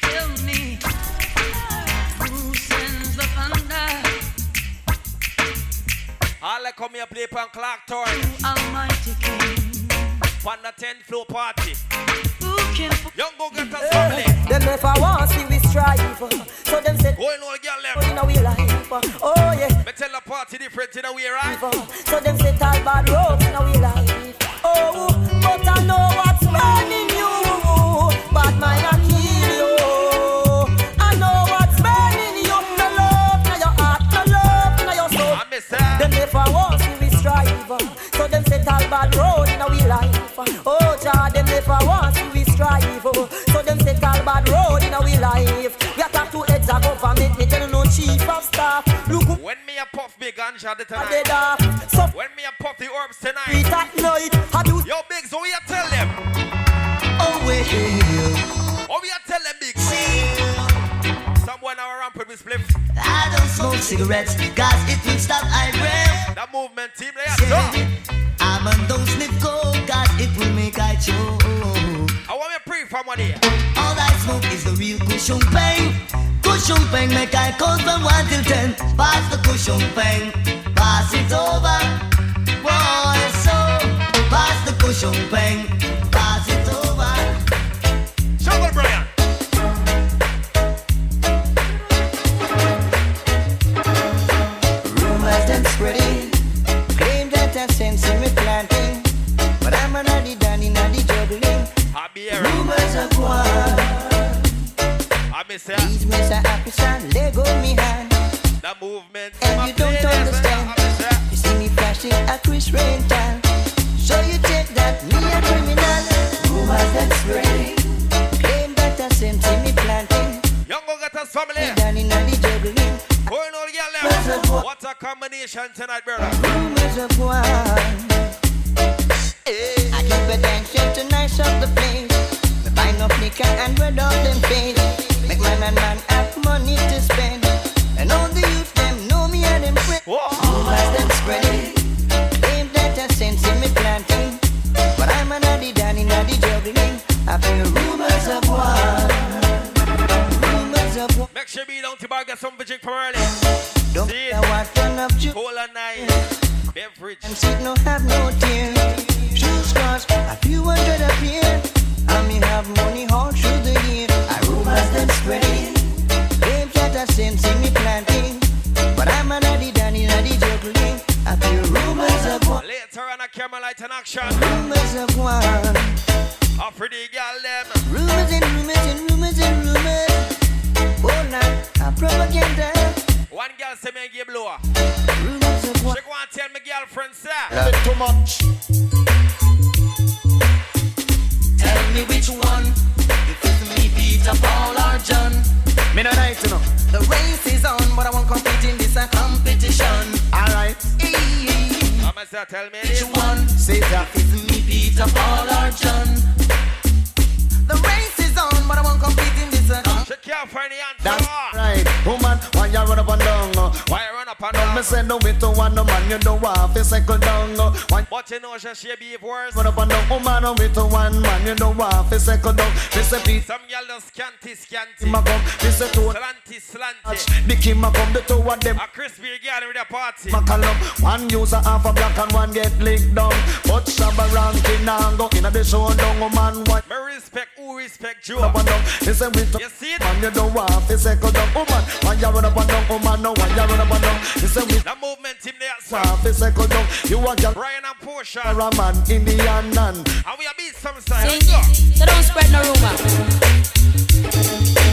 S12: Tell me. Who sends the thunder?
S1: All I come here play pan Clark Tour.
S12: Almighty King.
S1: Pan the 10 floor party.
S12: Who can
S1: Young go
S14: Eh.
S1: get us early.
S4: Them never want see we strive, so them said,
S1: Going on, girl, them.
S4: in our life. Oh yeah,
S1: Me tell the party different in a way, right?
S4: so them said all bad roads in our life. Oh, but I know what's burning you, but mine are kill you. I know what's burning you, no love, no your heart, no love, no your soul.
S1: I miss that.
S4: Them never want see we strive, so them said all bad roads in our life. Oh Jah, them never want see we strive, so them said all bad roads in our life. We attack two heads of government, me tell no chief of staff. Look who
S1: When me a puff big ganja the
S4: dead
S1: tonight.
S4: off. So
S1: When me a puff the herbs
S4: we
S1: tonight.
S4: that night, how do
S1: Yo, Biggs, so we a tell them.
S4: oh
S1: What we a tell them, Biggs? Someone our ramp with me split.
S3: I don't smoke cigarettes because it will stop I breath.
S1: That movement team, they are done.
S3: I man don't sniff coke because it will make I choke.
S1: I want me pray for money.
S3: All I smoke is the real cushion pain. Cushion pain make I count from one till ten. Pass the cushion pain, pass it over. Boy, so pass the cushion pain, pass it over.
S1: Shovel, Brian.
S3: Rumors them spreading,
S4: claim that I sense in me
S1: movement.
S14: And you don't understand. You see me flashing at Chris Rental. So you take that me a criminal. Rumors that spreading. Claim that I same thing me planting.
S1: Young Ogata's family.
S14: Down in the juggling.
S1: Going all yellow. What a combination tonight, brother.
S14: Rumors of war. I keep a tension to nice up the place. Me buy no liquor and red all them face. Make man and man have money to spend. And all the youth them know me and them friends. Rumors them spreading. Claim that I sense in me planting. But I'm an addy danny naddy juggling. I feel rumors of war. Rumors of war.
S1: Make sure be down to bar, get something to drink from early.
S14: Don't
S1: See
S14: care what turn up you.
S1: Cola night. Beverage.
S14: And sit no have no tear. Shoes cost a few hundred a pair. I me have money all through the year. I rumors them spreading. Claims that I sense in me planting. But I'm an addy danny naddy juggling. I feel rumors of war.
S1: Later on a camera light and action.
S14: Rumors of war.
S1: A pretty girl them.
S14: Rumors and rumors and rumors and rumors. All night, I propaganda.
S1: One girl say me give blower. She go and tell me girlfriend sir.
S14: Love
S1: too much.
S14: Tell me which one.
S5: Peter, Paul, or John. Me no right, you know.
S3: The race is on, but I won't compete in this uh, competition. Alright.
S1: I'ma say tell me which
S5: one.
S3: Say that.
S5: Me Peter, Paul, or John.
S3: The race is on, but I won't compete in this uh,
S1: She can't find the answer.
S5: That's right, woman. Why you run up and down? uh?
S1: Why you run up and
S5: down? Me say no way to one no man. You don't have to cycle down. uh. Why
S1: But you know she she behave worse.
S5: run up and down? Woman, no way to one man. You don't have to cycle down. Me say Peter,
S1: Some girl done scanty scanty.
S5: him a come. Me say two.
S1: Slanty slanty.
S5: touch. The king a come. The two of them.
S1: A crispy girl with a party.
S5: Mac a lump. One use a half a black and one get licked down. But Shabba ranking and go in the show down. Woman, what?
S1: Me respect who respect you.
S5: up and down. It's a winter. You see it? Man, you don't want to second down. Woman, why you run up and down? Woman, no, why you run up and down? It's a winter.
S1: The movement team there.
S5: Half a second down. You a girl.
S1: Brian and Portia.
S5: You're a man, Indian man.
S1: And we a beat some style.
S16: So don't spread no rumor.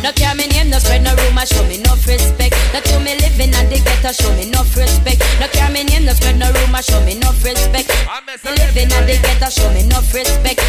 S16: No care me name, no spread no rumor, show me no respect. That you me living and the ghetto, show me no respect. No care me name, no spread no rumor, show me no respect. Me living and the ghetto, show me no respect.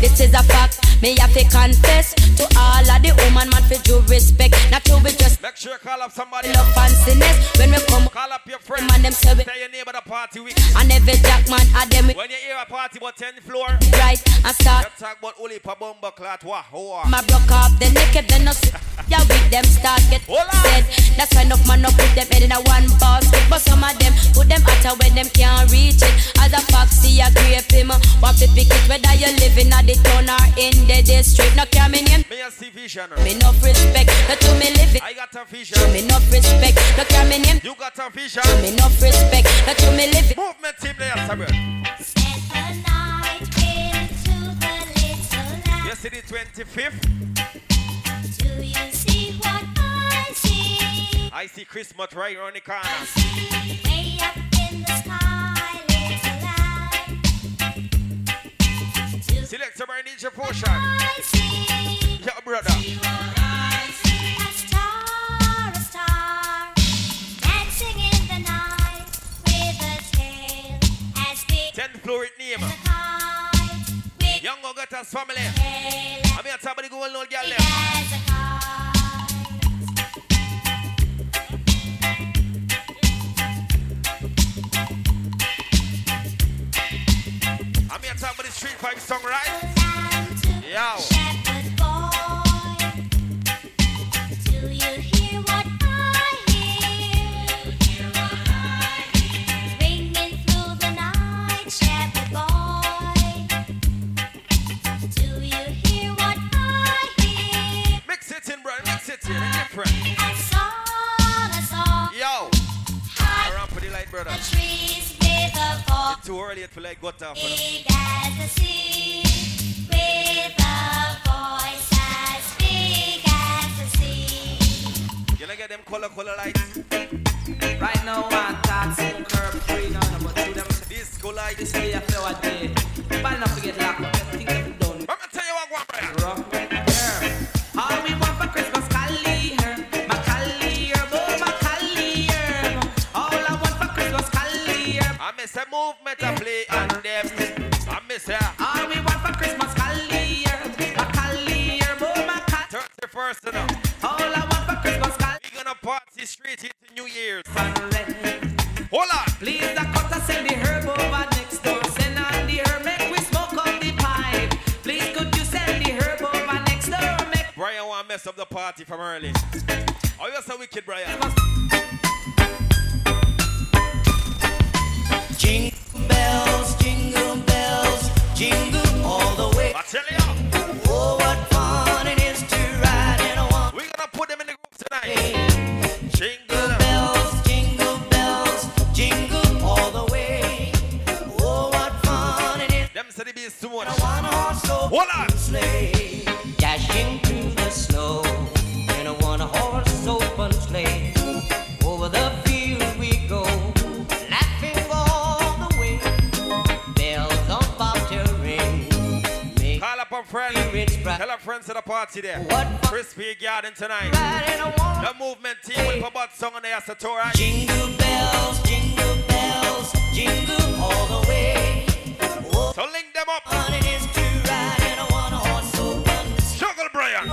S16: This is a fact, me have to confess to all of the woman man for due respect. Not to be just
S1: Make sure you call up somebody.
S16: love fanciness when we come.
S1: Call up your friend.
S16: Man, them say we
S1: Tell your neighbor the party week.
S16: and every jack man at them we
S1: When you hear a party about 10 floor,
S16: right and start.
S1: you talk about only pa bomba clot wah hoa.
S16: My block off the naked, then no s- Yeah, with them start get dead. That's why enough man up put them head in a one basket. But some of them put them out of when them can't reach it. As a foxy, a grape him. What to pick it whether you live in a the town or in the district. No coming in.
S1: Me a see vision.
S16: Me no respect. No to me living.
S1: I got a vision.
S16: Show me no respect. No coming in.
S1: You got a vision.
S16: Show me no respect. No to me living.
S1: Movement team there, Samuel. You see the 25th? I see Christmas right around the corner. Select somebody needs your portion. Yeah, brother. Tenth floor it name. Young Ogata's family. I'm here somebody go and old girl left. I'm here somebody street five song right. Yeah. Mix it in, bro. Mix it in. It's different. Yo. Around for the light, brother. It's too early to like gutter. for them. Can I get them color, color lights?
S5: Right now, I talk some curb free now, but to them
S1: disco light.
S5: This way I feel I did. But not forget lock up, everything that we done. I'm
S1: gonna tell you what I want, right?
S5: Rough with
S1: oh,
S5: her. All we want for Christmas, Cali her, my Cali her, boy, my Cali her.
S1: party straight into New Year's.
S6: Hold on. Please, the cutter send the herb over next door. Send on the herb, make we smoke up the pipe. Please, could you send the herb over next door? Make
S1: Brian want to mess up the party from early. Oh, you're so wicked, Brian.
S17: Jingle bells, jingle bells, jingle all the way. I tell you. Oh, what fun it is to ride in a one. We're gonna put them in the group tonight. Jingle bells, jingle bells, jingle all the way. Oh, what fun it is. Them city beats too much. One horse Hold on. Sleigh, dashing through the snow in a one horse open sleigh. Over the field we go, laughing all the way. Bells on bobtail ring.
S1: Call up a friend. Tell a friend to the party there. Crispy Garden tonight. The movement team with Bobat song on the Asator. Jingle bells, jingle bells, jingle all the way. So link them up. Struggle, Brian.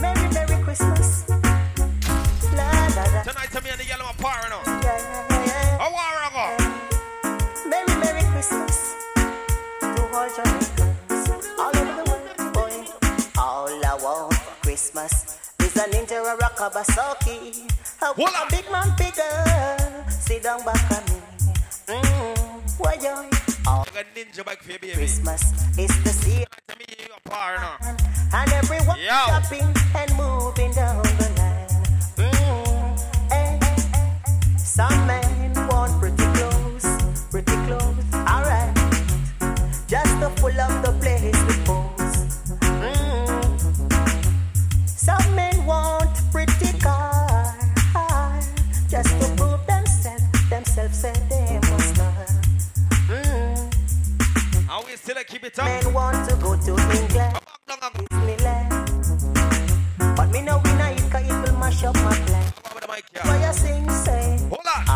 S4: Merry, Merry Christmas. La, la, la.
S1: Tonight, to me and the yellow are pouring on.
S4: Oh, Merry, Merry Christmas to all Jamaicans all over the world. Boy, all I want for Christmas is a ninja or a kabasaki. I want a big man bigger. Sit down back at me. Mm, why you?
S1: Like a ninja bike for your baby.
S4: Christmas is the season. And everyone shopping and moving down the line. Mm, eh, eh, eh. Some men want pretty clothes, pretty clothes, alright. Just to pull up the place with pose. Mm. Some men want pretty car, just to prove themselves, themselves said they must not. Mm.
S1: Are we still a keep it up?
S4: Men want to go to England, Disneyland. But me no winner it 'cause it will mash up my plan. Why you sing say? All I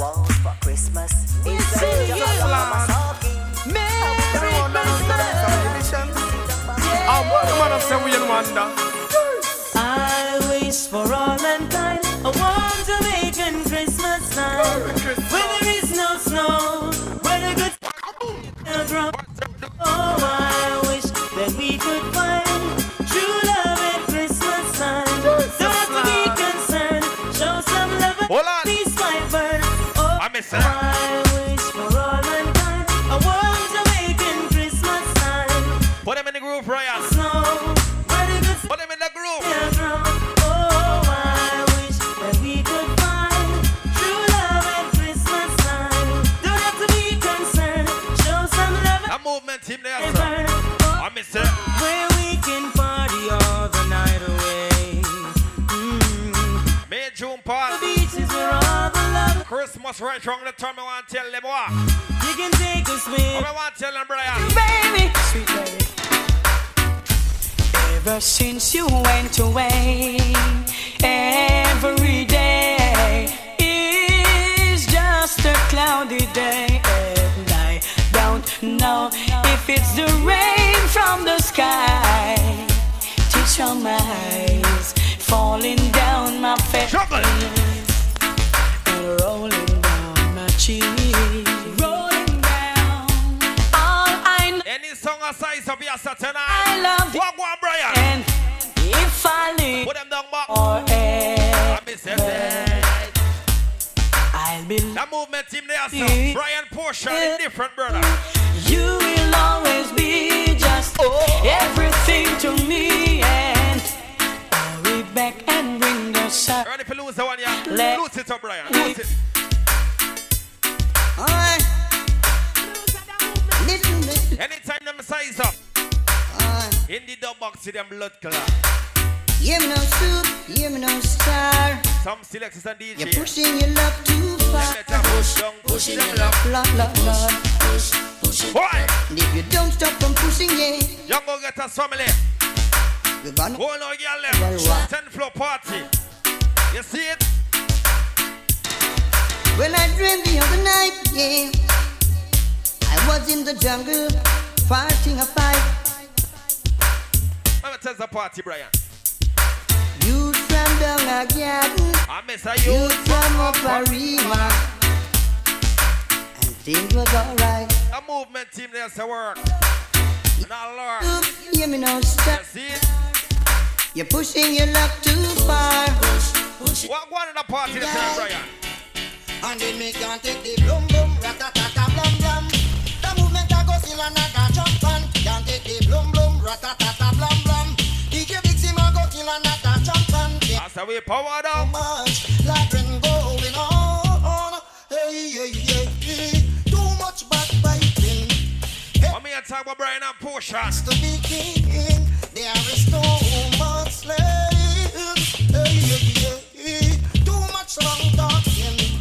S4: want for Christmas is a little Kawasaki.
S6: I want a man of say we in wonder.
S4: I wish for all mankind a warm Jamaican Christmas night where there is no snow, where the good are grown. Oh, I wish that we could find true love at Christmas time. Don't be concerned, show some love and
S1: Hold on.
S4: peace, my bird. Oh,
S1: I miss that.
S4: I wish for all mankind a warm Jamaican Christmas time.
S1: Put them in the groove, Brian.
S4: Snow, where the good
S1: Put them in the groove.
S4: Oh, I wish that we could find true love at Christmas time. Don't have to be concerned. Show some love.
S1: That movement team there, sir. I miss it.
S4: Where we can party all the night away.
S1: May June party.
S4: beaches where all the love.
S1: Christmas right around the time. I want to tell them what.
S4: You can take a swim.
S1: I want to tell them, Brian.
S4: Baby.
S12: Ever since you went away, every day is just a cloudy day, and I don't know if it's the rain from the sky. Teach on my eyes, falling down my face, and rolling down my cheek. Rolling down. All I know.
S1: Any song or size of your Saturday.
S12: I love
S1: Walk one, Brian.
S12: And if I live
S1: Put them down, Mark.
S12: forever,
S1: I miss it.
S12: I'll be
S1: That movement team there, sir. Brian Portia, the different brother.
S12: you will always be just
S11: oh.
S12: everything to me. And I'll be back and bring the sun.
S1: Ready for lose the one, yeah?
S12: Let-
S1: Lose it up, Brian. Lose it.
S4: Alright.
S1: Anytime them size up. In the dub box, see them blood clot.
S4: Hear me no soup, hear me no star.
S1: Some selectors and DJ.
S4: You're pushing your love too far.
S1: Push down, push
S4: Pushing your love, love, love, love. And if you don't stop from pushing it,
S1: Young go get us family. Whole no girl
S4: Well, what?
S1: left. Ten floor party. You see it?
S4: well I dreamed the other night, yeah. I was in the jungle, fighting a fight.
S1: Let me tell the party, Brian.
S4: You
S1: a garden. I miss a youth.
S14: Come up a river. And things was alright.
S1: A movement team that's to work. Not Lord.
S14: You me no stop. You're pushing your luck too far.
S1: What one in the party this time, Brian?
S4: And then me can take the blum blum, ratatata blum blum. The movement a go still and a go jump on. Can take the blum blum, ratatata blum blum. DJ Big Sim a go still and a go jump on.
S1: That's the way power down.
S4: Much laughing going on. Hey hey hey hey. Too much backbiting.
S1: I'm here to talk about Brian and Portia.
S4: To be king, there is too much slaying. Hey hey hey. Too much long talking.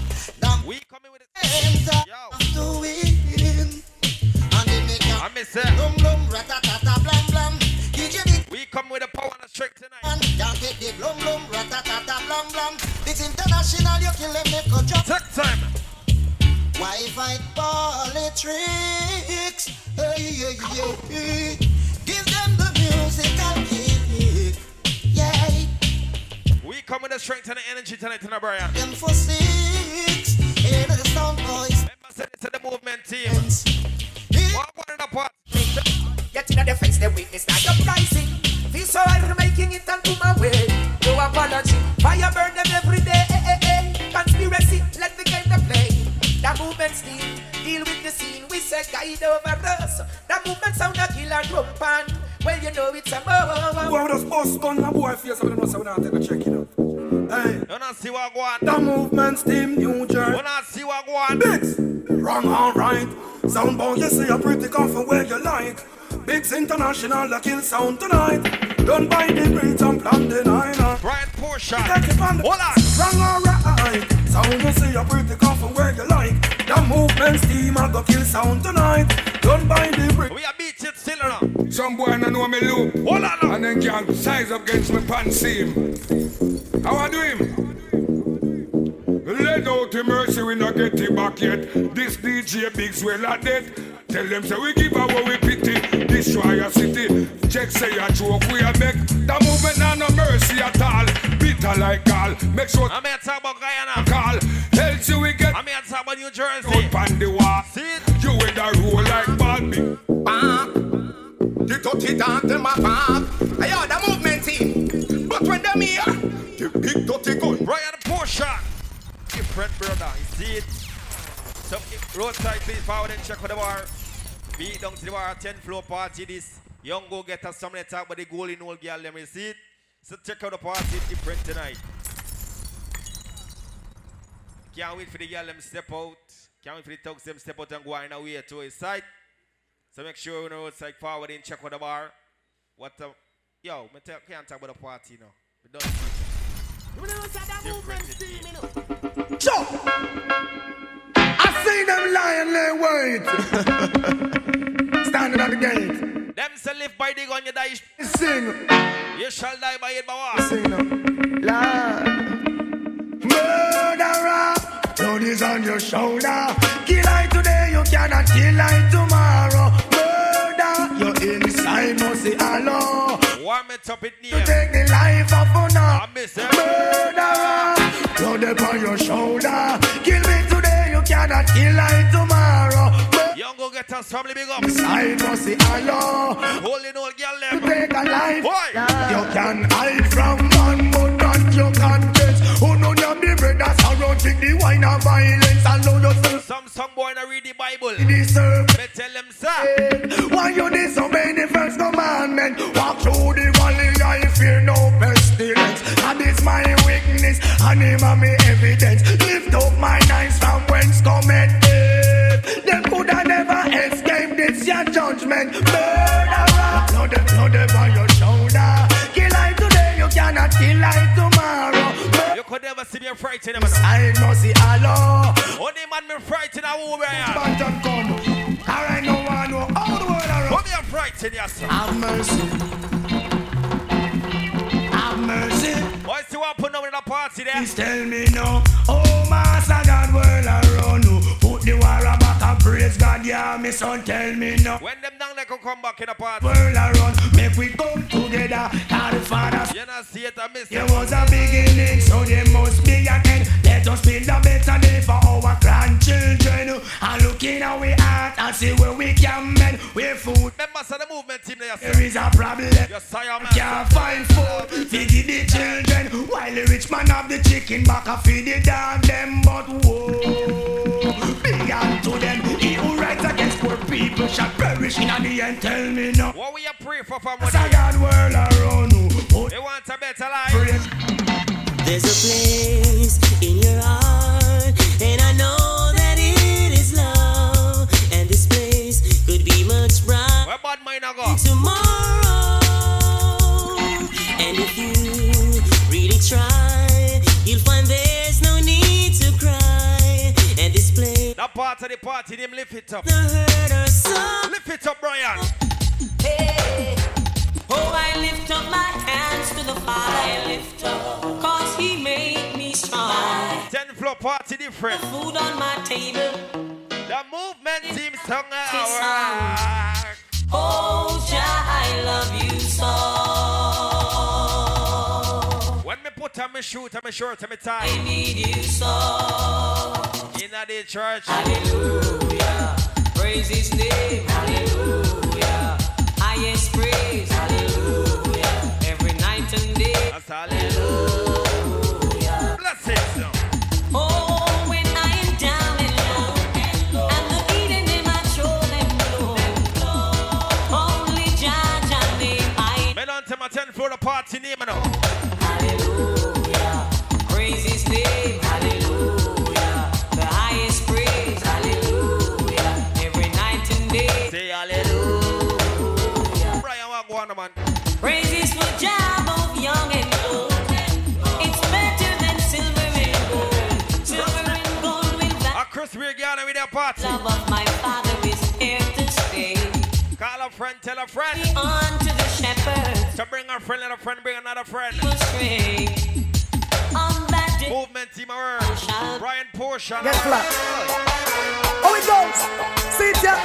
S1: We coming with
S4: it. To win. And then make a
S1: I miss it.
S4: blum blum, ratatata blum blum. DJ Big
S1: We come with the power and the strength tonight.
S4: man, can't take the blum blum, ratatata blum blum. This international, you kill them, make a jump.
S1: Take time.
S4: Why fight politics? Hey, yeah, yeah, yeah. Give them the musical kick. Yeah,
S1: We come with the strength and the energy tonight, tonight, Brian.
S4: them for six. Hear the sound boys.
S1: Send it to the movement team.
S4: Walk
S1: one in the party.
S18: Yet in the face, the witness that uprising. Feel so I'm making it and do my way. No apology, fire burn them every day. Eh, eh, eh. Conspiracy, let the game to play. The movement's team, deal with the scene. We say guide over us. The movement sound a killer drum pan. Well, you know it's a mo.
S6: Boy, with those boss gun, a boy face, I don't know, so we don't take a check, you know. Hey.
S1: You not see what go on.
S6: The movement's team, New Jersey.
S1: You not see what go on.
S6: Bigs, wrong and right. Soundbound, you see, you're pretty comfort where you like. Bigs International, the kill sound tonight. Done by the great and plan the niner.
S1: Brian Porsche.
S6: Take it on the Hold on. Wrong and right. Sound, you see, you're pretty comfort where you like. The movement's team, I go kill sound tonight. Done by the great.
S1: We are beating still now.
S6: Some boy no know me loop.
S1: Hold on
S6: And then can size up against me pants seam. How I do him? Let out the mercy, we not get it back yet. This DJ Biggs well are dead. Tell them say we give away we pity. Destroy your city. Check say a joke we are make. The movement now no mercy at all. Bitter like all. Make sure
S1: I'm here to talk about Guyana.
S6: call. Else we get
S1: I'm here to talk about New Jersey.
S6: out on the wall.
S1: See it?
S6: You with a roll like ball. Big
S4: back. Ah. The dirty dance in my back. I hear the movement team. But when them here,
S6: the big dirty gun.
S1: Brian Porsche. Different brother. You see it? So roadside, please forward and check for the bar. Beat down to the bar. 10 floor party this. Young go get us something to talk about the goalie old girl. Let me see it. So check out the party different tonight. Can't wait for the girl them step out. Can't wait for the thugs them step out and go on away to his side. So make sure you know it's like forward and check on the bar. What the yo, me tell, can't talk about the party now. We don't
S6: Chop! I see them lying there wait. Standing at the gate.
S1: Them say live by the gun you die.
S6: Sing.
S1: You shall die by it, Bawa.
S6: Sing now. Lord. Murderer. Blood is on your shoulder. Kill I today, you cannot kill I tomorrow. Murder. Your inside must say hello.
S1: Warm it up it
S6: You
S1: near.
S6: take the life of honor.
S1: I miss it.
S6: Murderer. Blood upon your shoulder. Kill me today, you cannot kill I tomorrow.
S1: Young go get us family big up.
S6: I must say hello.
S1: Holding old girl
S6: You
S1: them.
S6: take a life.
S1: Why?
S6: You can hide from man, but not your conscience. Who know them the bread that's around, drink the wine and violence. And know yourself
S1: Some some boy not read the Bible.
S6: deserve
S1: Me tell them sir.
S6: it. Why you disobey the first commandment? Walk through the valley, I fear no pestilence. And it's my weakness, and him and me evidence. Lift up my eyes from whence cometh it. Them could I never escape this your judgment. Murderer, blood, blood by your shoulder. Kill I today, you cannot kill I tomorrow. Mur-
S1: You could never see me frightened them. no.
S6: I must see Allah.
S1: Only man me frightened a woman. yeah.
S6: But don't come. All right, no one know how the world around.
S1: Come here frightened yourself.
S6: Have mercy. Have mercy.
S1: Boys you want put them in the party there.
S6: Please tell me no. Oh, Master God, world around you. Put the war back and praise God. Yeah, me son, tell me no.
S1: When them down they could come back in the party.
S6: World around, make we come together. weather. God the Father
S1: You not see it, I miss
S6: there
S1: it.
S6: was a beginning, so there must be an end. Let us build a better day for our grandchildren. And look in our heart and see where we can mend. Where food,
S1: Members of the movement team, they are
S6: there is a problem.
S1: Yes, I am.
S6: Can't find food, feed the children. While the rich man have the chicken back, I feed the dog them. But woe, be unto them. He who rights against poor people shall perish in the end. Tell me no.
S1: What we are praying for from
S6: As a God world around who
S1: They want a better life.
S12: There's a place in your heart, and I know that it is love. And this place could be much brighter. Where
S1: bad mine go?
S12: Tomorrow, and if you really try, you'll find there's no need to cry. And this place,
S1: That part of the party, them lift it up.
S12: Lift
S1: it up, Brian.
S12: Hey,
S11: Oh, I lift up my hands to the Father. I lift up, cause He made me strong.
S1: Ten floor party different.
S11: Food on my table.
S1: The movement team song
S11: hour. Oh, Jah, I love you so.
S1: When me put on me shoot, on me shirt, on me tie.
S11: I need you so.
S1: Inna the church.
S11: Hallelujah. Praise His name. Hallelujah. Highest praise. Hallelujah. Every night and day.
S1: That's hallelujah. Bless it.
S11: Oh, when I am down and low, and the feeling in my soul and low, only Jah Jah name I
S1: Men on to my ten floor the party name now.
S11: praise His name. Hallelujah. The highest praise. Hallelujah. Every night and day.
S1: Say hallelujah. Brian, what go on, man?
S11: Praises for Jah, both young and old. It's better than silver and gold. Silver and gold will buy
S1: A Chris Regan with that party.
S11: love of my Father is here to stay.
S1: Call a friend, tell a friend.
S11: On to the shepherd.
S1: To bring a friend, let a friend bring another friend.
S11: On that day.
S1: Movement team aware. Brian Portion.
S19: Get flat. How it goes? Sit ya.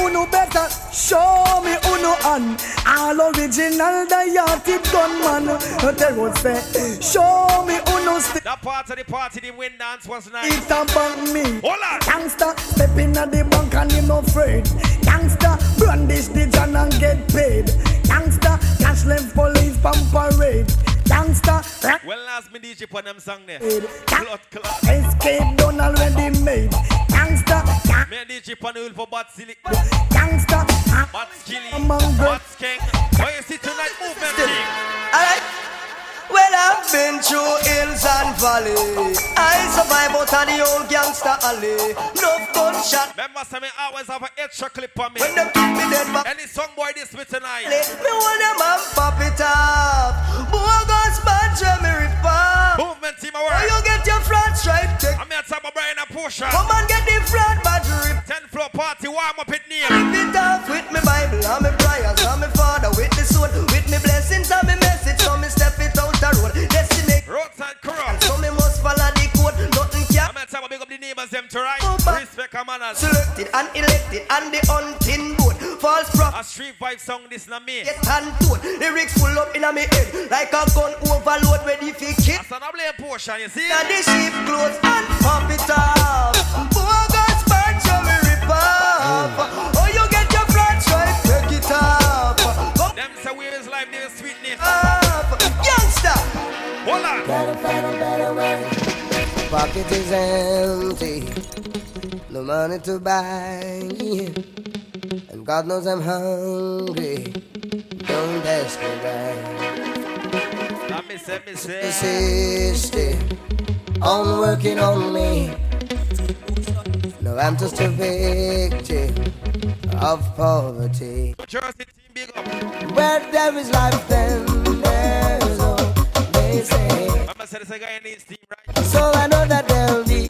S19: Uno better show me uno on all original the gunman. They would say, show me uno stick.
S1: That part of the party, the wind dance was nice.
S19: It about me. Gangsta step in at the bank and him no afraid. Gangsta brandish the John and get paid. Gangsta cash left police pump parade. Gangsta rap
S1: Well, last me DJ put them song there.
S19: Blood clot. Escape done already made. Gangsta
S1: Me and DJ put the for Bat Silly.
S19: Gangsta
S1: Bat Silly.
S19: among the
S1: Bat King. Where you see tonight movement team?
S4: Alright. Well, I've been through hills and valleys. I survive out of the old gangster alley. No gunshot.
S1: Remember, some me always have an extra clip on me.
S4: When them keep me dead, my
S1: Any song boy this with tonight.
S4: let me hold them and pop it up. Bogus man, Jimmy Ripper.
S1: Movement team, I
S4: Where you get your front stripe take.
S1: I'm here to Brian a portion.
S4: Come and get the front badge rip.
S1: Ten floor party, warm up it near.
S4: Rip it off with me Bible and me prayers and me father with me soul. With me blessings and me message. So me step it out the road. Destiny.
S1: Roadside crew.
S4: So me must follow the code. Nothing can
S1: I'm here to big up the neighbors them to right. Respect our manners.
S4: Selected and elected and the hunting board. False
S1: A street vibe song this na me.
S4: prophet and toad. Lyrics full up in my head like a gun overload ready for kick.
S1: That's an oblate portion, you see?
S4: Now the sheep clothes and pop it off. Bogus burn so me rip off. Oh, you get your blood stripe, take it off. Come
S1: Them say we is life, they is sweetness.
S4: up, gangsta.
S1: Hold on.
S4: Pocket is empty, no money to buy, and God knows I'm hungry. Don't ask me why.
S1: I miss it, miss it.
S4: Insisting on working on me. No, I'm just a victim of poverty.
S1: Jersey team, big up.
S4: Where there is life, then there's hope. They say.
S1: Remember, say this guy in his team, right?
S4: So I know that there'll be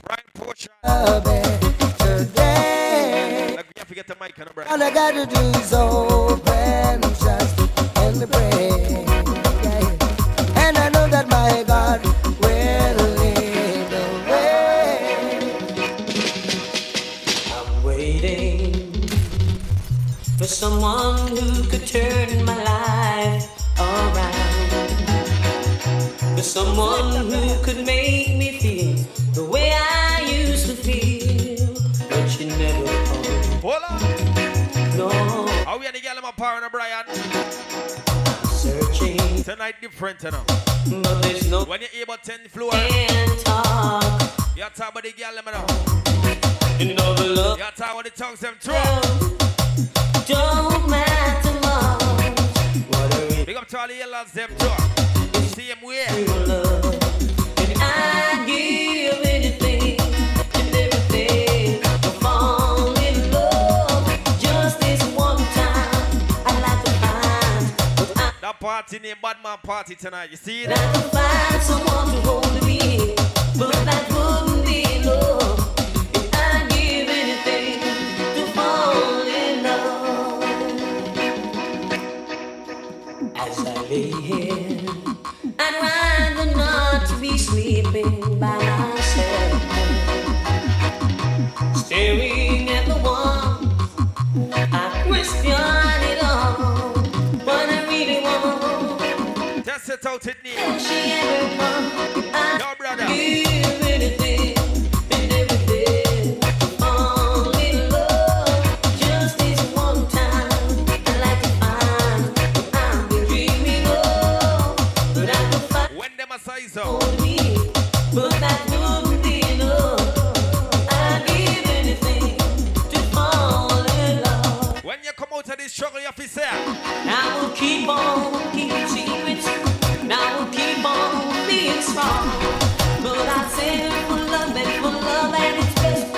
S4: a better day.
S1: Like, we have to get the mic on the break.
S4: All I gotta do is open just and pray. Yeah. And I know that my God will lead the way.
S12: I'm waiting for someone who could turn my life
S11: someone who could make me feel the way I used to feel, but you never come.
S1: Hold on. No. Are we any girl in my power and Brian?
S11: Searching.
S1: Tonight different, you know.
S11: But there's no
S1: When you hear about 10 floor,
S11: Can't talk.
S1: you talk about the girl, you know.
S11: You know the love.
S1: You talk about the tongues, them throw.
S11: Don't matter much.
S1: Big up to all the yellows, them throw. Same way.
S11: I'd give anything and everything to fall in love just this one time. I'd like to find,
S1: That party name, Badman Party tonight, you see it?
S11: like to find someone to hold me, but that wouldn't be enough. And I'd give anything to fall in love. As I lay here. I'd rather not be sleeping by myself. Staring at the wall, I question it all. What I really want.
S1: That's it out it needs.
S11: Will she ever come? I
S1: no, brother.
S11: give anything and everything to fall in love. Just this one time, I'd like to find what I've been dreaming of. But I could find.
S1: When them a size up.
S11: But that wouldn't be enough. I'd give anything to fall in love.
S1: When you come out of this struggle, you have to say,
S11: I will keep on keeping secrets. And I will keep on being strong. But I say for love and for love and it's best.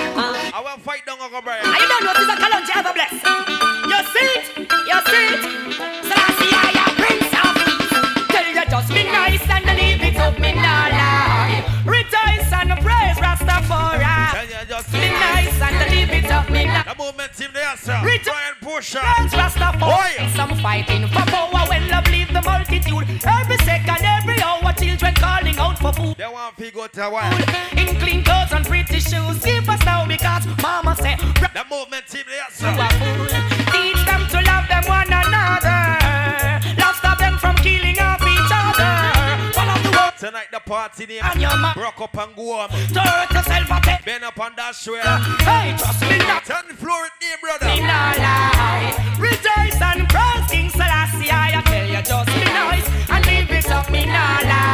S11: I
S1: will fight down over Brian.
S11: I don't know if it's a color Jehovah bless. You see it, you see it. Selassie, I am Prince of Peace. Tell you just me nice and leave it up me nah lie. Rejoice and praise Rastafari.
S1: Tell you just
S11: me nice and leave it up me nah.
S1: The movement team there, sir.
S11: Rejoice.
S1: Brian Pusher.
S11: Friends, Rastafari, some fighting for power when love leave the multitude. Every second, every hour, children calling out for food.
S1: They want to go to a while.
S11: In clean clothes and pretty shoes, keep us now because mama said,
S1: The movement team there,
S11: You
S1: sir.
S11: a fool. Teach them to love them one another. Love stop them from killing off each other. Follow the world.
S1: Tonight the party name.
S11: And your ma-
S1: Broke up and go home.
S11: To hurt yourself a bit.
S1: Bend up on that swear.
S11: Hey, trust me now.
S1: Turn the floor with me, brother.
S11: Me no lie. Rejoice and praise King Selassie. I tell you just be nice and leave it up. Me no lie.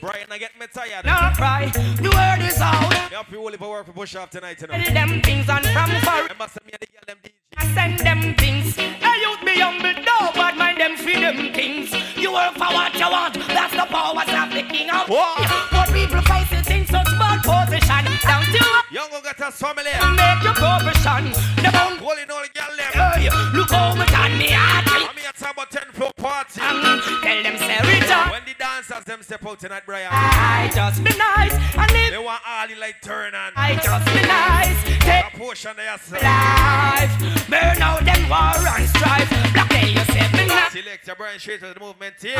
S1: Brian, I get me tired.
S11: No cry. The word is out.
S1: Me have to hold for work for push off tonight, you know.
S11: Tell them things and from far.
S1: Remember, send me a girl, them
S11: I send them things. I youth be humble, no bad mind them feed them things. You work for what you want, that's the powers of the king of
S1: What?
S11: But people faces in such bad position. Down to
S1: Young go get us family.
S11: make your profession. The bound
S1: Holding all the girl, them.
S11: hey, look how me turn me heart.
S1: I'm here to about 10 floor party.
S11: Tell them say return.
S1: When the dancers them step out tonight, Brian.
S11: I just be nice and
S1: They
S11: live.
S1: want all the light turn on.
S11: I just be nice. Take
S1: A portion of yourself.
S11: life. Burn out them war and strife. Black hell yourself me nice.
S1: Select your brain straight to the movement team.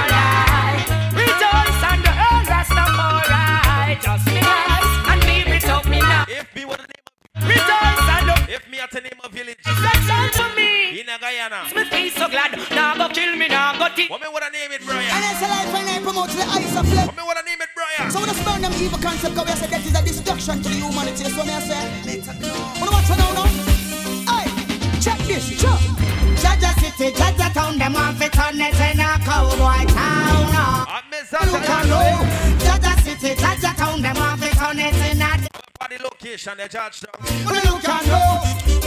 S11: Rejoice and the earth Rastafari Just be nice and leave it up me now
S1: If me want the name
S11: Rejoice and the
S1: of, if me at the name of village
S11: reflection to me
S1: in a Guyana,
S11: Makes me feel so glad Now go kill me, now go teach
S1: woman woulda name it Brian.
S3: And it's a life and I promote the eyes of love.
S1: Woman woulda name it Brian.
S3: So when I burn them evil concept, go, I say that is a destruction to the humanity. That's what I say. Wanna watch her now, now? Hey, check this, check.
S4: Jaja city, Jaja town, them want fi turn it in a cowboy town. uh.
S1: I miss
S4: You can
S1: out
S4: know. Jaja city, Jaja town, them want fi turn it in a.
S1: the location they charge them.
S4: Well, you can know.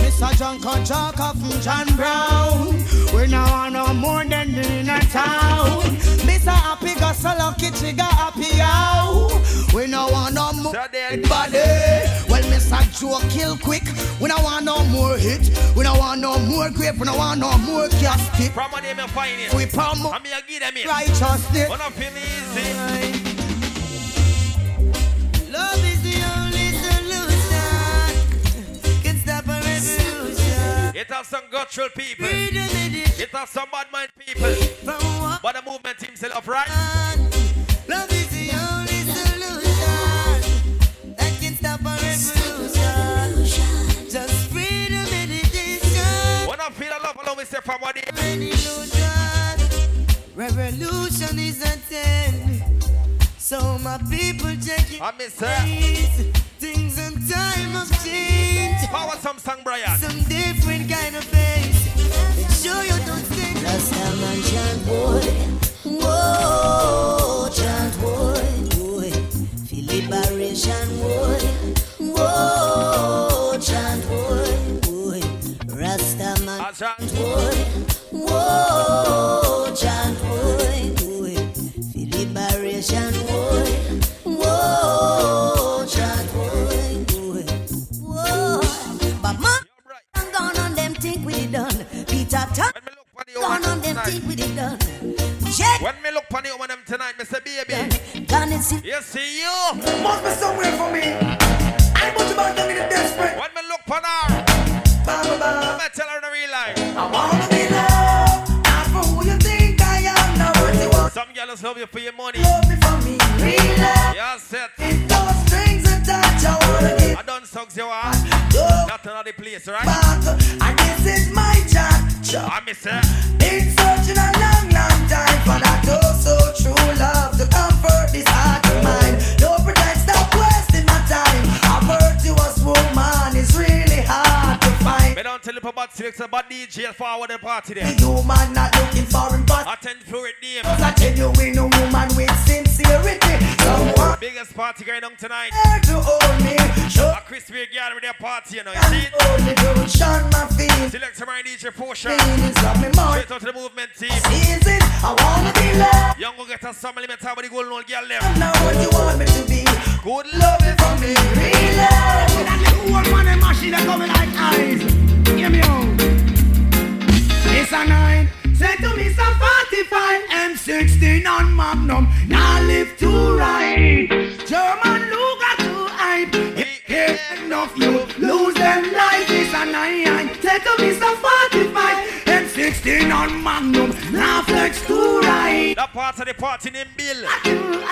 S4: Mr. John Conchaka from John Brown. We now want no more than the inner town. Mr. Happy Gosolo Kichiga Happy Ow. We no want no more
S1: dead
S4: body. Well, Mr. Joe kill quick. We no want no more hit. We no want no more grape. We no want no more casket.
S1: From a name you find it.
S4: We promote
S1: I mean I give them it.
S4: righteousness.
S1: One of him easy.
S4: Love is the only solution. Can stop a revolution.
S1: It has some guttural people. It has some bad mind people. But the movement team still upright.
S4: Love is the only solution. That can stop a revolution. Just freedom and addiction.
S1: When I feel a love alone, we say from what they
S4: An illusion. Revolution is a thing. So my people taking
S1: I miss uh, her.
S4: days, things and time of change.
S1: Power some song, Brian.
S4: Some different kind of face. Make sure you don't stay just a man chant boy. Whoa, chant boy, boy. Feel liberation boy. Whoa, chant boy, boy. Rasta man chant boy. Whoa, chant boy, boy. Feel liberation boy. Whoa, chant boy, boy. Whoa, but my gone on them think we did done. Peter Tan gone on them think we did done. Jet
S1: When me look on you one them tonight, Mr. Baby.
S4: gone and see.
S1: You see you.
S4: Must be somewhere for me.
S1: I put you back down in the desperate. When me look on her. I'ma tell her in real life. I wanna be loved. Not for who you think I am. Not what you want. Some girls love you for your money. Love me for me. Real love. Yes, set. It those strings attached. I wanna get. I done songs you are. Not another place, right? But, and this is my job. I miss her.
S4: Been searching a long, long time for that oh so true love to comfort this heart of mine. No pretend, stop wasting my time. A virtuous woman is really hard to find.
S1: Me don't tell you about selects about DJ forward the party there.
S4: You man not looking for him, but
S1: Attend fluid name.
S4: Cause I tell you, we no woman with sincerity. Someone
S1: Biggest party going on tonight.
S4: to hold me, show
S1: A crispy girl with their party, you know. You see it?
S4: me, don't shun my feelings.
S1: Select my DJ portion.
S4: Feelings of me more.
S1: Straight out to the movement team.
S4: Sees it, I wanna be loved.
S1: Young will get a summer limit time with the golden old girl
S4: I
S1: them.
S4: know what you want me to be.
S1: Good
S4: love it for me, real love.
S6: Old man and machine are coming like eyes. Hear me out. It's a nine. Say to me some 45 M16 on Magnum. Now live to right. German Luger to hype. Here enough you lose them life. It's a nine. Say to me some 45 M16 on Magnum. Now flex to right.
S1: That part of the party named Bill.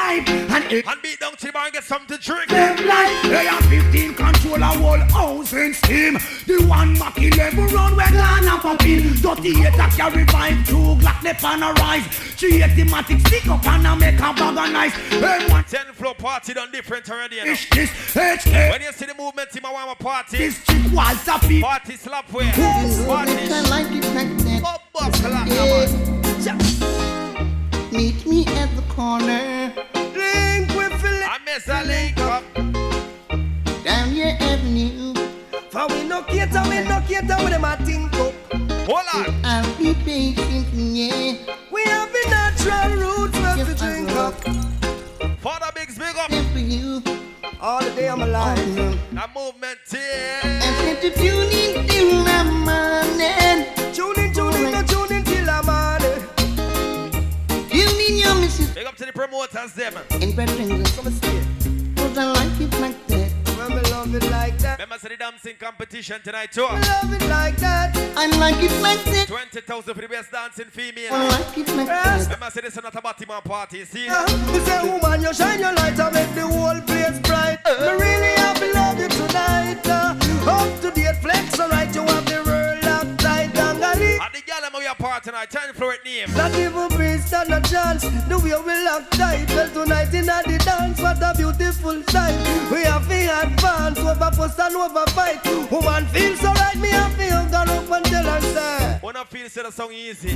S6: And,
S1: and beat down to the bar and get something to drink.
S6: Them like they are 15 control a whole house and steam. The one Mac 11 run where gone and popping. 38 a carry vibe, two Glock nip on a rise. She hit the matic stick up and a make a bag of nice. Hey, one
S1: Ten floor party done different already. You know.
S6: Ish, this, ish, eh.
S1: When you see the movement team, I want a party.
S6: This chick was a beat.
S1: Party slap way.
S20: I
S1: Party.
S20: like it like that.
S4: Oh,
S1: Yeah.
S20: Meet me at the corner. Link with
S1: I miss a link up.
S20: Down your avenue.
S4: For we no cater, we no cater with them a think up.
S1: Hold
S4: on.
S20: I'll be patient, yeah.
S4: We have the natural roots not to drink up.
S1: Father Biggs, big up.
S20: For you.
S4: All the day I'm
S20: Oh,
S4: alive.
S1: That movement team.
S20: And to tune in till the morning.
S4: Tune in, tune in, no tune in till the morning.
S20: Tune in your missus.
S1: Big up to the promoters, them.
S20: And brethren. Come
S4: and see
S20: it. Cause I like it like that.
S4: When we love it like that.
S1: Members of the dancing competition tonight, too.
S4: Love it like that.
S20: I like it like that.
S1: 20,000 for the best dancing female.
S20: I like it like
S1: Yes. Remember, I said this is not a Batman party, you see?
S4: You say, woman, you shine your light and make the whole place bright. Me really have loved you tonight. uh. up to date flex, alright, you have the world up tight and a leak.
S1: And the girl I'm your party tonight, turn for it name.
S4: Not even priest and a chance. The way we lock tight. Well, tonight in a the dance, what a beautiful sight. We have the advance, over post and over fight. Woman feels so right, me have the hunger up until I say.
S1: When I feel say the song easy.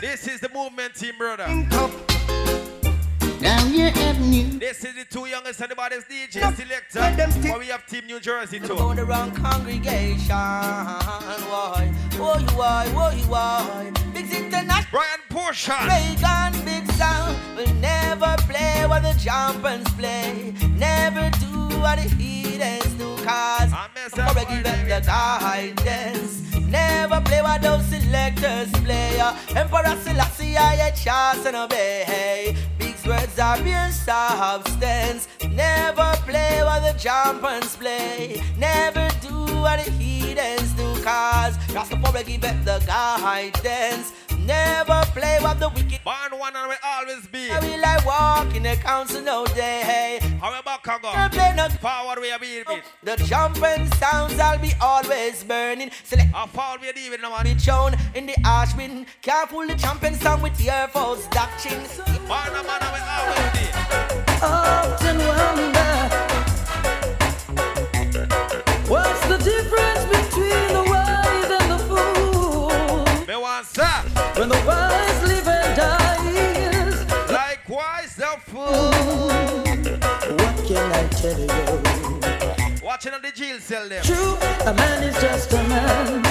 S1: This is the movement team, brother.
S12: Mm.
S20: Down your avenue.
S1: This is the two youngest and the baddest DJ selector. But we have Team New Jersey too.
S12: Go the wrong congregation. Why? Whoa, you why? Whoa, you why? Big international.
S1: Brian Portion.
S12: Reagan, big sound. Will never play what the champions play. Never do what the heathens do. Cause I'm a give them the guidance. Never play what those selectors play. Uh, Emperor Selassie, I a chance and obey. Big words are mere substance. Never play what the champions play. Never do what the heathens do. Cause Rastafari give it the guidance. never play with the wicked.
S6: Born one and will always be.
S12: I will I walk in the council all day.
S6: However, Congo.
S12: I play no Oh.
S6: Forward we are being beat.
S12: The jumping sounds I'll be always burning. Select
S6: how far we are leaving no
S12: one. Be shown in the ash bin. Careful the jumping sound with your false doctrine.
S6: Born a man will always be.
S12: Out and
S1: What's the difference between the wise and the fool?
S6: Me want that.
S1: When the wise live and dies,
S6: Likewise, the fool.
S1: what can I tell you?
S6: Watching on the jail cell them.
S1: True, a man is just a man.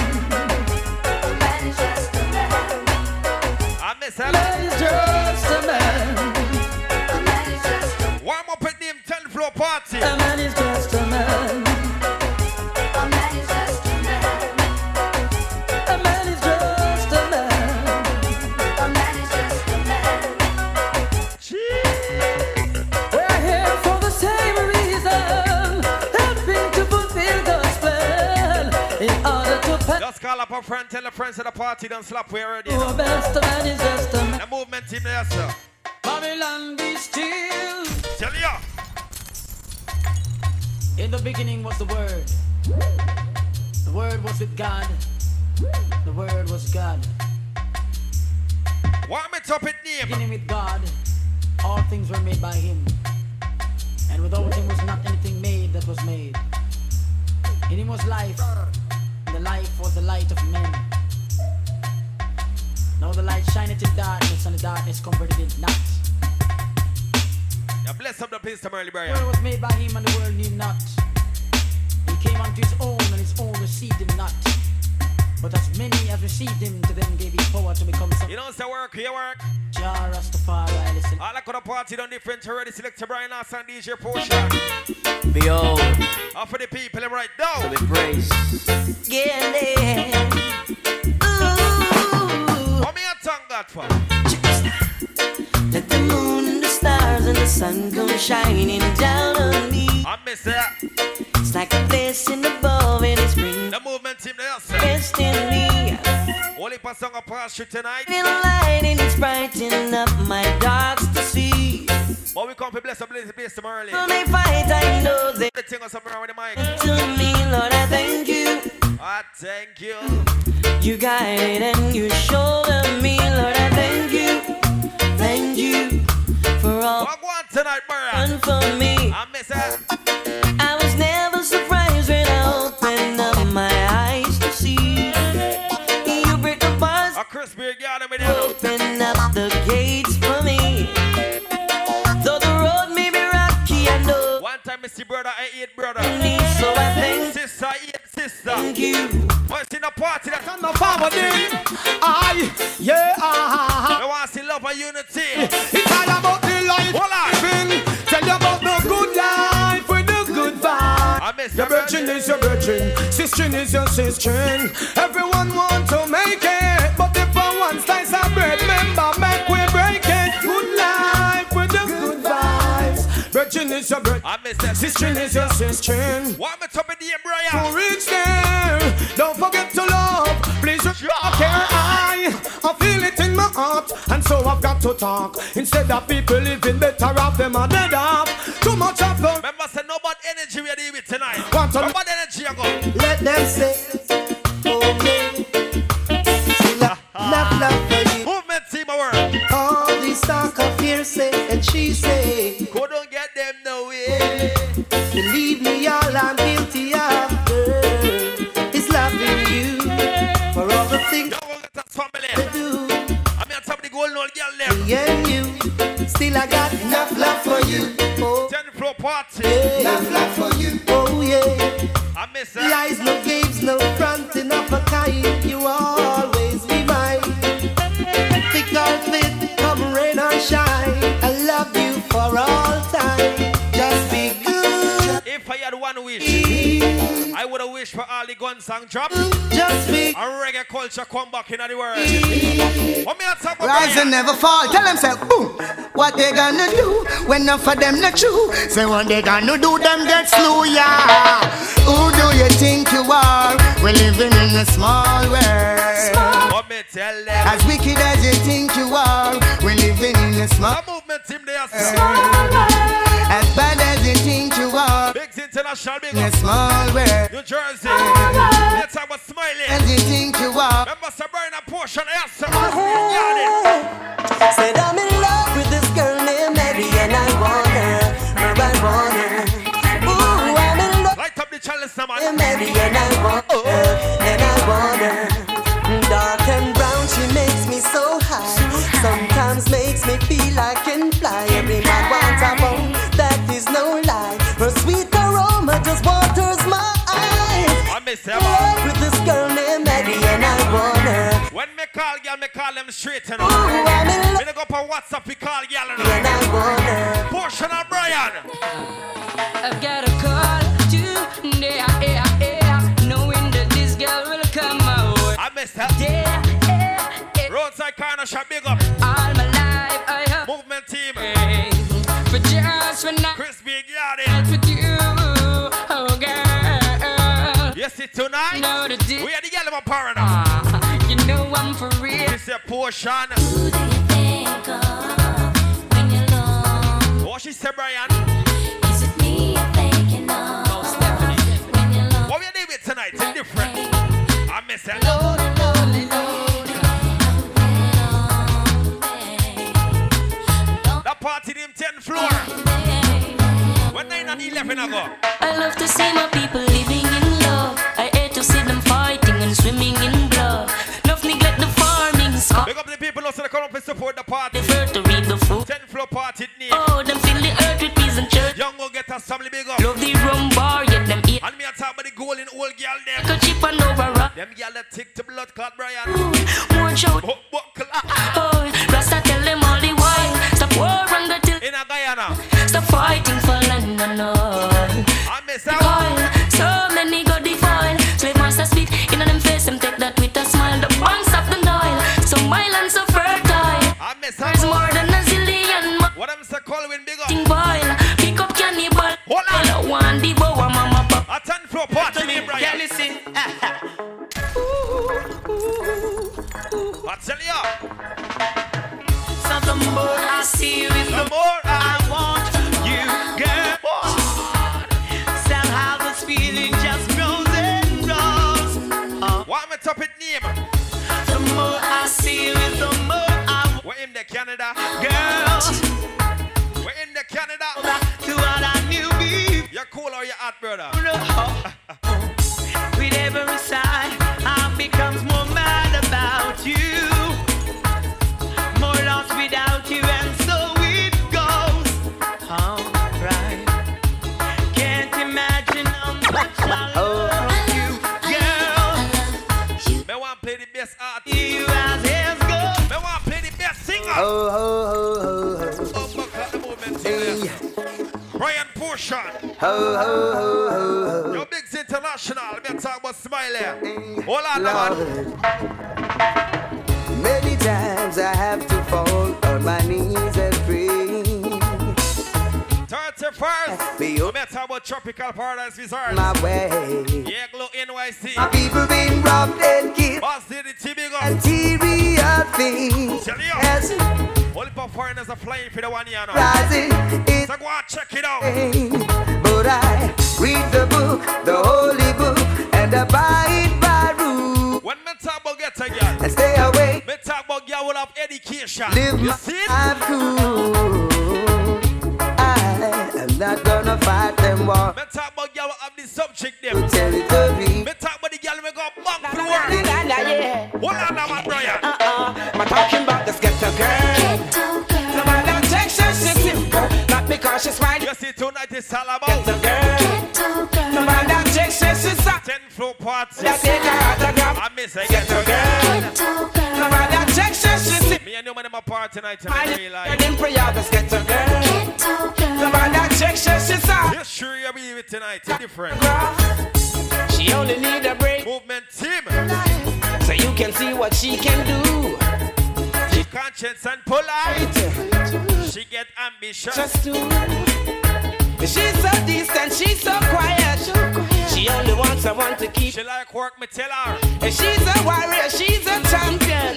S6: I miss her.
S1: is just a man.
S6: Warm up with them 10 floor party.
S1: A man is just a man. A man is just a man. We're here for the same reason, helping to fulfill God's plan. In order to
S6: Just call up a friend, tell the friends of the party, don't slap we already.
S1: Oh, best man is just a man.
S6: The movement team there, sir.
S1: Babylon be still.
S6: Tell ya.
S1: In the beginning was the Word.
S12: The word was with God. The word was God.
S6: Warm it up with name.
S12: Beginning with God, all things were made by Him.
S1: And without him was not anything made that was made. In him was life, and the life was the light of men. Now the light shineth in darkness, and the darkness converted it not.
S6: Yeah, bless up the place tomorrow,
S1: The world
S6: Brian.
S1: was made by him, and the world knew not. He came unto his own, and his own received him not. But as many as received him, to them gave he power to become sons
S6: You know, say work, here work.
S1: Jah Rastafari. Listen.
S6: All I could have party done different already. Select to Brian Last and DJ Portia.
S12: Behold,
S6: Off for the people, them right now.
S12: with grace.
S6: What me a tongue got for?
S12: Let the moon and the stars and the sun come shining down on me.
S6: I miss that.
S12: It's like a blessing above and it's bringing
S6: The movement team there, sir.
S12: rest in me.
S6: Only pass song of pass you tonight.
S12: Little light and it's brightening up my dogs to see.
S6: But Oh, we come to bless up bless the place tomorrow.
S12: When they fight, I know they
S6: The thing or something around the mic.
S12: to me, Lord, I thank you.
S6: I thank you.
S12: You guided and you shoulder me, Lord. I thank you, thank you for all
S6: Walk one tonight,
S12: done for me.
S6: I miss that.
S12: I was never surprised when I opened up my eyes to see you break the bars,
S6: A crispy girl, I'm in
S12: open up the gates for me. Though the road may be rocky, I know
S6: One time, Mr. Brother, I eat brother.
S12: So I thank-
S6: sister, I eat sister.
S12: Thank you.
S6: What's in the party that's on the
S1: power day? I, yeah, ah,
S6: We want to see love and unity.
S1: It's all about the life
S6: living.
S1: Tell you about the good life with the good vibe.
S6: your
S1: virgin is your virgin, sister is your sister. Everyone want to make it, but if I one slice of bread, remember make we break it. Good life with the good vibes. Virgin is your virgin, sister is your sister.
S6: Warm it up in the embraer.
S1: To reach there, don't forget to love. Please reach care. I, I feel it in my heart, and so I've got to talk. Instead of people living better off, them are dead off. Too much of the
S6: Remember, say no bad energy we are dealing with tonight.
S1: Want to-
S6: no bad energy, I go.
S4: Let them say, oh me. Not love for you.
S6: Movement team work.
S4: All these talk of hearsay and she say.
S6: Go don't get them no way.
S4: Believe me, all I'm guilty of, girl, is loving you for all the things
S6: I
S4: do.
S6: I'm on top of the golden old girl left.
S4: Me and you, still I got enough love for you. Oh,
S6: Ten floor party.
S4: enough love for you. Oh yeah.
S6: I miss that.
S4: Lies, no games, no fronting of a kind. You always be mine. Thick or thin, come rain or shine. I love you for all time. Just be good.
S6: If I had one wish, I would have wished for all the guns and drop. Just
S4: me.
S6: A reggae culture come back in the world. What me a talk about?
S3: Rise and never fall. Tell them, say, boom. What they gonna do when none for them not true? Say, what they gonna do, them get slew, yeah. Who do you think you are? We're living in a small world.
S6: What me
S1: tell them.
S3: As wicked as you think you are, we're living in a small
S1: movement team there.
S3: As bad as you think you are,
S1: Big international big
S3: in a small world.
S1: New Jersey. Let's have a smiley.
S3: As you think you are,
S1: Remember Sabrina Portion, yes, sir.
S3: Said I'm in love with this girl named Mary and I want her, but I want her.
S14: Ooh, I'm in love.
S1: Light up the chalice, man.
S14: And Mary and I want her, and I want her.
S3: Dark and brown, she makes me so high. Sometimes makes me feel I can fly. Every man wants a bone, that is no lie. Her sweet aroma just waters my eyes.
S1: I miss
S3: In love with this girl named Mary and I want her.
S1: When me call girl, me call them straight, you know. Me no go up on WhatsApp, me call girl, you know. Portion of Brian.
S11: I've got a call today, yeah, yeah, yeah, knowing that this girl will come my way.
S1: I missed her.
S11: Yeah, yeah, yeah.
S1: Roadside corner shot big up.
S11: All my life I have
S1: movement team.
S11: For just for night.
S1: Crispy Garden.
S11: With you, oh girl.
S1: Yes, it's tonight.
S11: Know the
S1: We are the yellow parana.
S11: you know I'm for real.
S1: It's a portion. What she said, Brian? What we are doing tonight is different. I miss her. That party in 10th floor. When 9 and 11 ago.
S21: I love to see my people living in love. I hate to see them fighting and swimming in blood. Love neglect the farming.
S1: Big up the people also that come up and support the party.
S21: to read the food.
S1: 10th floor party need.
S21: Oh, them fill the earth with peas and church.
S1: Young go get us family big up.
S21: Love the rum bar, yet them eat.
S1: And me a talk about the goal in old girl them.
S21: Like a chip and over rock.
S1: Them girl that tick to blood clot, Brian.
S21: Watch out.
S1: Buck, buck, clot.
S21: Oh, Rasta tell them all the while. Stop war and go till.
S1: In a Guyana.
S21: Stop fighting for land and all.
S1: I miss
S21: out. So many go defile. Slave master spit in on them face. Them take that with a smile. The banks of the Nile. So my land so fertile.
S1: I miss
S21: There's more than a zillion. mo-
S1: What I'm so calling big up.
S21: Ting boil. Pick up cannibal. Hold on. One the boa mama pop.
S1: A ten floor party name, Brian.
S21: Yeah, listen.
S1: I tell ya.
S21: So the more I see you, the
S1: more uh,
S21: I want you, girl.
S22: Somehow this feeling just grows and grows.
S1: Why am I top it name?
S22: The more I see you, the more I
S1: We're in the Canada.
S22: girl.
S1: We're in the Canada.
S22: To what I knew before.
S1: You're cool or you're hot, brother.
S22: With every sigh, I becomes more mad about you. More lost without you, and so it goes. Alright. Can't imagine how much I love you, girl.
S1: Me want play the best art.
S22: You as his girl.
S1: Me want play the best singer.
S3: Oh, ho, ho, ho, ho.
S1: Oh, fuck at the moment. Hey. Brian Portion.
S3: Ho, ho, ho, ho, ho.
S1: Your big international. Let me talk about Smiley. Hold on, man.
S3: Many times I have to fall on my knees and pray.
S1: 31st.
S3: Be
S1: Let me talk about Tropical Paradise Resort.
S3: My way.
S1: Yeah, Glow NYC.
S3: My people been robbed and killed.
S1: Boss did it, T big up.
S3: Anterior things
S1: Tell you.
S3: as
S1: Only for foreigners are flying for the one year now.
S3: rising in
S1: So go out, check it out.
S3: pain. But I read the book, the holy book, and abide by rule.
S1: When me talk about get a girl,
S3: And stay away,
S1: me talk about girl will have education.
S3: live
S1: you
S3: my
S1: see it?
S3: life cool. I am not gonna fight them war.
S1: Me talk about girl will have the subject them. Me
S3: Tell it to me.
S1: talk about the girl will go bang for work. Hold on now, my Brian.
S3: Uh.
S16: I'm talking about this ghetto girl. No man that takes her simple, not because she's mine.
S1: You see tonight it's all about
S16: Ghetto girl. No man that takes her sister,
S1: ten floor party.
S16: that take her autograph.
S1: I miss a ghetto girl.
S16: No man that takes her sister,
S1: Me and you man in my party tonight and
S16: mine.
S1: I
S16: And
S1: realize
S16: in prayer, this ghetto girl. No man that takes her sister,
S1: this sure you be with tonight is different.
S16: she only need a break,
S1: Movement team,
S16: so you can see what she can do.
S1: she conscience and polite. She get ambitious.
S16: Just do. She's so distant, she's so quiet. She only wants someone to keep
S1: She like work, me tell her.
S23: And she's a warrior, she's a champion.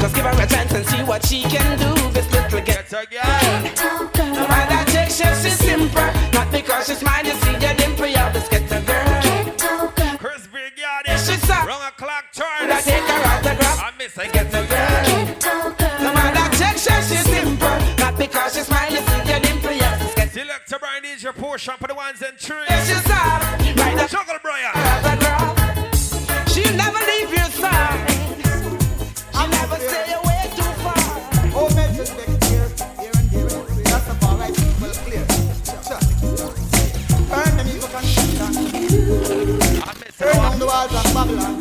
S23: Just give her a chance and see what she can do. This little ghetto girl. No matter take shape, she's simple. Not because she's mine, you see your dimple, you're this ghetto girl.
S1: Chris
S23: Brigade, she's a
S1: wrong o'clock turn.
S23: I take her autograph.
S1: I miss a ghetto
S23: girl. No matter take shape, she's simple. Not because she's mine, you see your dimple, you're this ghetto
S1: Select to Brian is your portion for the ones and trees.
S23: she's up. Right now,
S1: juggle, Brian.
S23: She'll never leave your side. She'll never stay away too far.
S24: Oh, men just make it clear, here and here and clear. That's about right, well clear. Sure. Burn them evil conception. Burn down the walls of Babylon.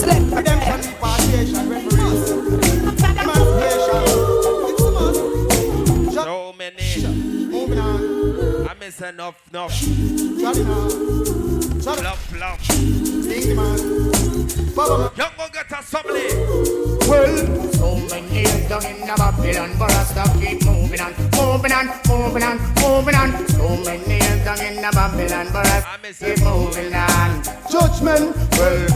S24: Select redemption, repatriation, reparations. Emancipation.
S1: So many. Moving on. I miss enough, enough. Love, love. Young go get us family.
S25: Well, so many years down in the Babylon, but I still keep moving on, moving on, moving on, moving on. So many years down in the Babylon, but I still keep moving on. Judgment, well,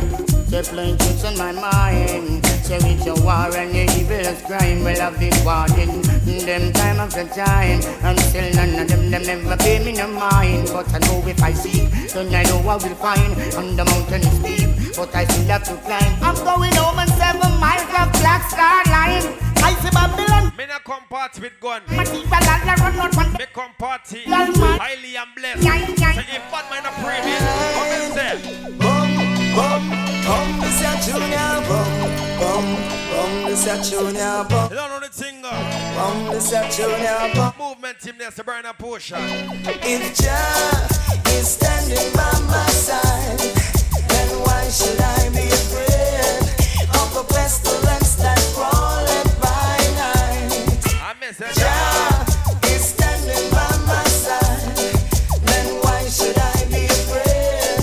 S25: they playing tricks on my mind. Say it's a war and the evilest crime. Well, I've been warning them time after time, and still none of them them never pay me no mind. But I know if I seek, then I know I will find. And the mountain is steep, but I still have to climb. I'm going home and seven miles of black star line. I see Babylon.
S1: Me not come party with gun.
S25: My people all a run out from
S1: Me come party.
S25: Girl, man.
S1: Highly and blessed.
S25: Nine, nine.
S1: So if bad man a pray me, come and say.
S4: Bum, bum, this a tune ya bum, bum, bum, this a tune ya bum.
S1: You don't know the thing, uh.
S4: Bum, this a tune ya bum.
S1: Movement team there's a burn a portion.
S4: If Jah is standing by my side, then why should I be afraid of the pestilence that crawleth by night?
S1: I miss it.
S4: Jah is standing by my side, then why should I be afraid of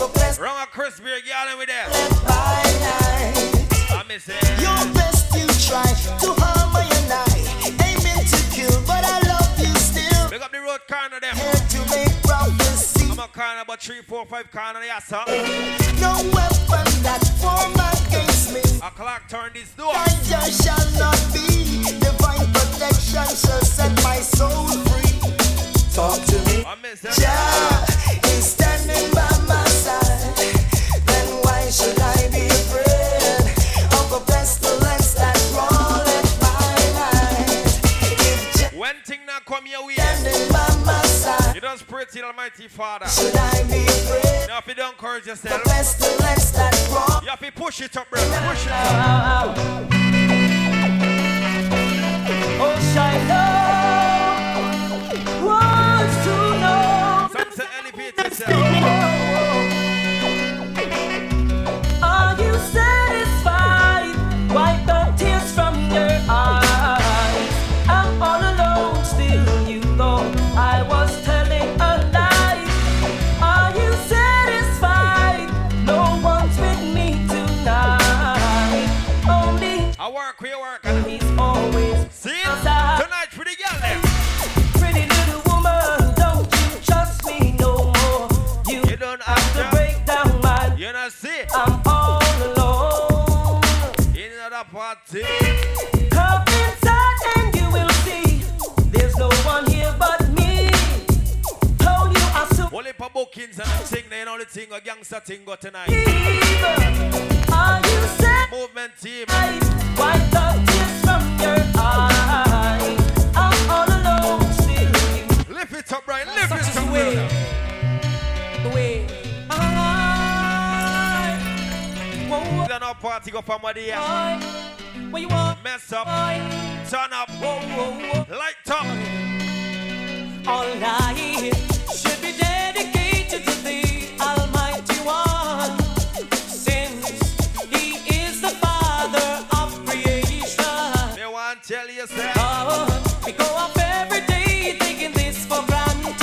S4: the pestilence
S1: Wrong a Chris Beer, y'all in with that.
S4: by night?
S1: I miss it.
S4: Your best you try to harm my and I, aiming to kill, but I love you still.
S1: Pick up the road corner them.
S4: to make prophecy.
S1: I'm a corner about three, four, five corner the ass up.
S4: No weapon that form against me.
S1: A clock turn this door.
S4: I just shall not be. Divine protection shall set my soul free. Talk to me.
S1: I miss it.
S4: Jah is standing by my side. Then why should I be afraid of the pestilence that rolleth by night? If Jah
S1: When thing not come your way,
S4: standing by my side.
S1: you just pray to the Almighty Father.
S4: Should I be afraid?
S1: Now if you don't encourage
S4: The
S1: yourself,
S4: pestilence that rolleth
S1: you have to push it up, bro. Push it up.
S12: Oh, Shiloh wants to know.
S1: Some say elevate yourself.
S12: Are you satisfied? Wipe the tears from your eyes. I'm all alone, still you know I was telling a lie. Are you satisfied? No one's with me tonight. Only
S1: I work, we work. and-
S12: he's always
S1: See? Tonight for the girl eh? them.
S12: pretty little woman. Don't you trust me no more? You
S1: You don't have
S12: to
S1: to.
S12: break down my.
S1: You not see?
S12: I'm all alone.
S1: In another eh? party.
S12: Come inside and you will see. There's no one here but me. Told you I should
S1: Only for bookings and thing, you know the thing, a gangster thing go tonight.
S12: leave. Are you satisfied?
S1: Movement team.
S12: Wipe the tears from your eyes. I'm all alone, still you.
S1: Lift it up, right? Lift
S12: Such
S1: it
S12: is
S1: up,
S12: the way.
S1: brother.
S12: The way I,
S1: You don't know party go from where they are.
S12: I, what you want,
S1: Mess up,
S12: I,
S1: turn up, light up.
S12: All I should be dedicated to the Almighty One, since He is the Father of creation.
S1: They want to tell you, sir.
S12: Oh, we go up every day taking this for granted.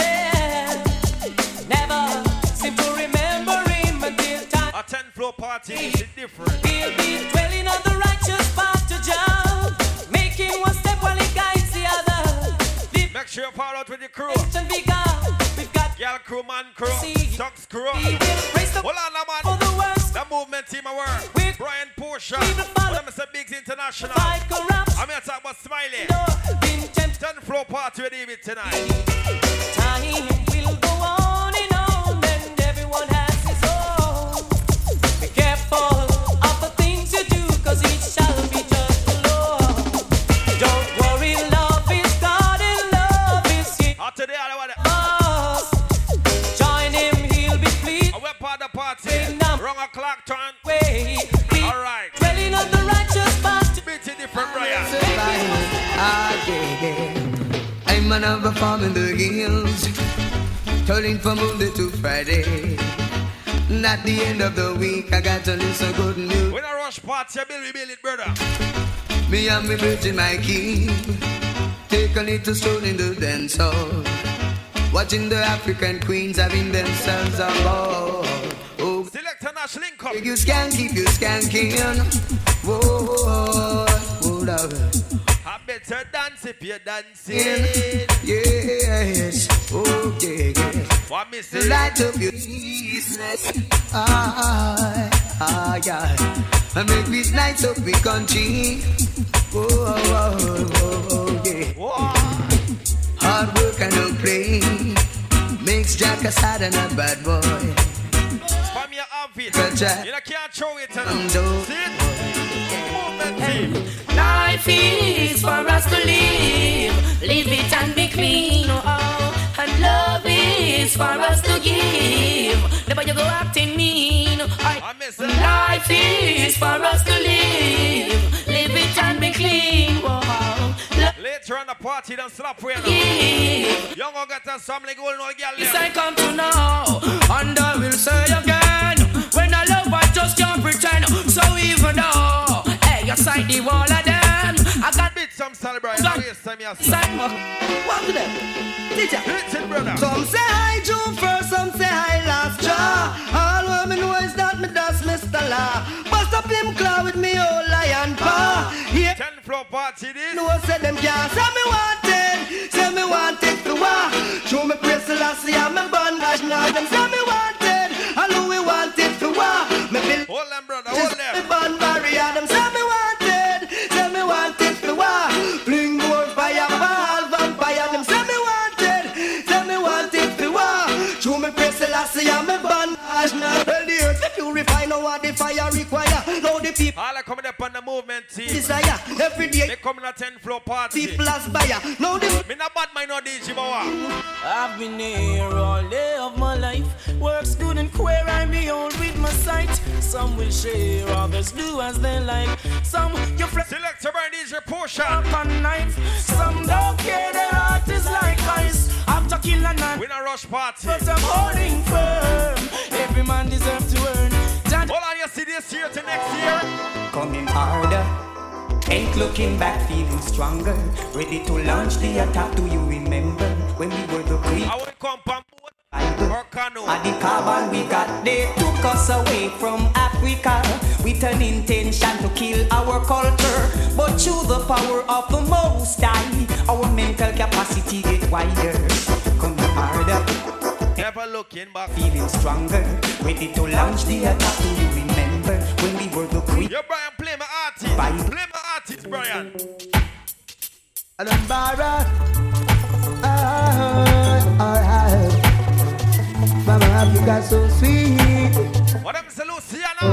S12: Never seem to remember Him until time
S1: A 10 floor party is different.
S12: He'll be dwelling on the righteous path to jump, making one step while He guides the other.
S1: Make sure you fall out with your crew.
S12: Nation bigger, we've got
S1: Girl crew, man crew, Chuck's crew. Hold on, now, man. The movement team of work. Brian Portia. I'm Mr. Biggs International. I'm here to talk about Smiley. Ten floor party with David tonight.
S12: Time will go on and on, and everyone has his own. Be careful of the things you do, 'cause each shall be judged alone. Don't worry, love is God and love is in us. Join him, he'll be pleased.
S1: We're part of the party.
S12: Wrong
S1: o'clock turn.
S12: Way. All
S1: right.
S12: Dwelling on the righteous path.
S1: Bit different, Brian.
S3: Ah, yeah, yeah. I'm an of a farm in the hills, turning from Monday to Friday. And at the end of the week, I got to listen good news.
S1: When I rush party, I build, we build it, brother.
S3: Me and me bridging my key, take a little stroll in the dance hall, watching the African queens having themselves a ball. Oh,
S1: Select a Nash link up.
S3: you skanky, you skanky, whoa, whoa, whoa, love.
S1: I better dance if you're dancing.
S3: Yes, oh yeah, yeah.
S1: What me say?
S3: Light up your business. Ah, ah, yeah. And make me light up the country. Oh, oh, oh, oh, oh yeah. Hard work and no play makes Jack a sad and a bad boy.
S1: Spam your outfit. You know, can't throw it.
S3: Um,
S1: and- See it?
S12: Life is for us to live, live it and be clean. Oh, and love is for us to give. Never you go acting mean. oh, I, life is for us to live, live it and be clean. Oh,
S1: Later on the party, don't slap for you. know. Young or got some like old no girl.
S12: Yes, I come to know, and I will say again. When I love, I just can't pretend. So even though, hey, you side the wall of them, I got
S1: bit some celebrate. Waste time, yes. What
S12: to them?
S1: Teacher. Hit it, brother.
S4: Some say I June first, some say I last jaw. All women know is that me that's Mr. Law. Bust up him claw with me old lion paw. Yeah.
S1: Ten floor party this.
S4: No say them can't say me want it, say me want it to war. Show me praise Selassie and me bondage now. Them say me want it, and who we want it to war. Me build.
S1: Hold them brother,
S4: hold them. Me bond barrier. Them say me want it, say me want it to war. Bring more fire, ball vampire. Them say me want it, say me want it to war. Show me praise Selassie and me bondage now. Well the earth purify now what the fire require. Now the people.
S1: All are coming up on the movement team.
S4: Desire every day.
S1: They coming at 10 floor party.
S4: People as buyer. No, the
S1: me not bad my no DJ Bawa.
S26: I've been here all day of my life. Works good and queer, I be all with my sight. Some will share, others do as they like. Some you flex.
S1: Select your brand is your portion.
S26: Up on nights. Some don't care, their heart is like ice. After kill a night.
S1: Win a rush party.
S26: But I'm holding firm. Every man deserves to earn. Hold
S1: on, you see this year to next year.
S3: Coming harder, ain't looking back, feeling stronger. Ready to launch the attack. Do you remember when we were the queen?
S1: I will come pump
S3: Or
S1: canoe.
S3: At the carbon we got, they took us away from Africa with an intention to kill our culture. But through the power of the Most High, our mental capacity get wider. Coming harder,
S1: never looking back,
S3: feeling stronger. Ready to launch the attack. Do you remember when we were the queen?
S1: Yo, Brian, play my artist. Play my artist, Brian.
S3: Alambara.
S27: Ah, alright. Mama Africa so sweet.
S1: What up, Mr. Luciano?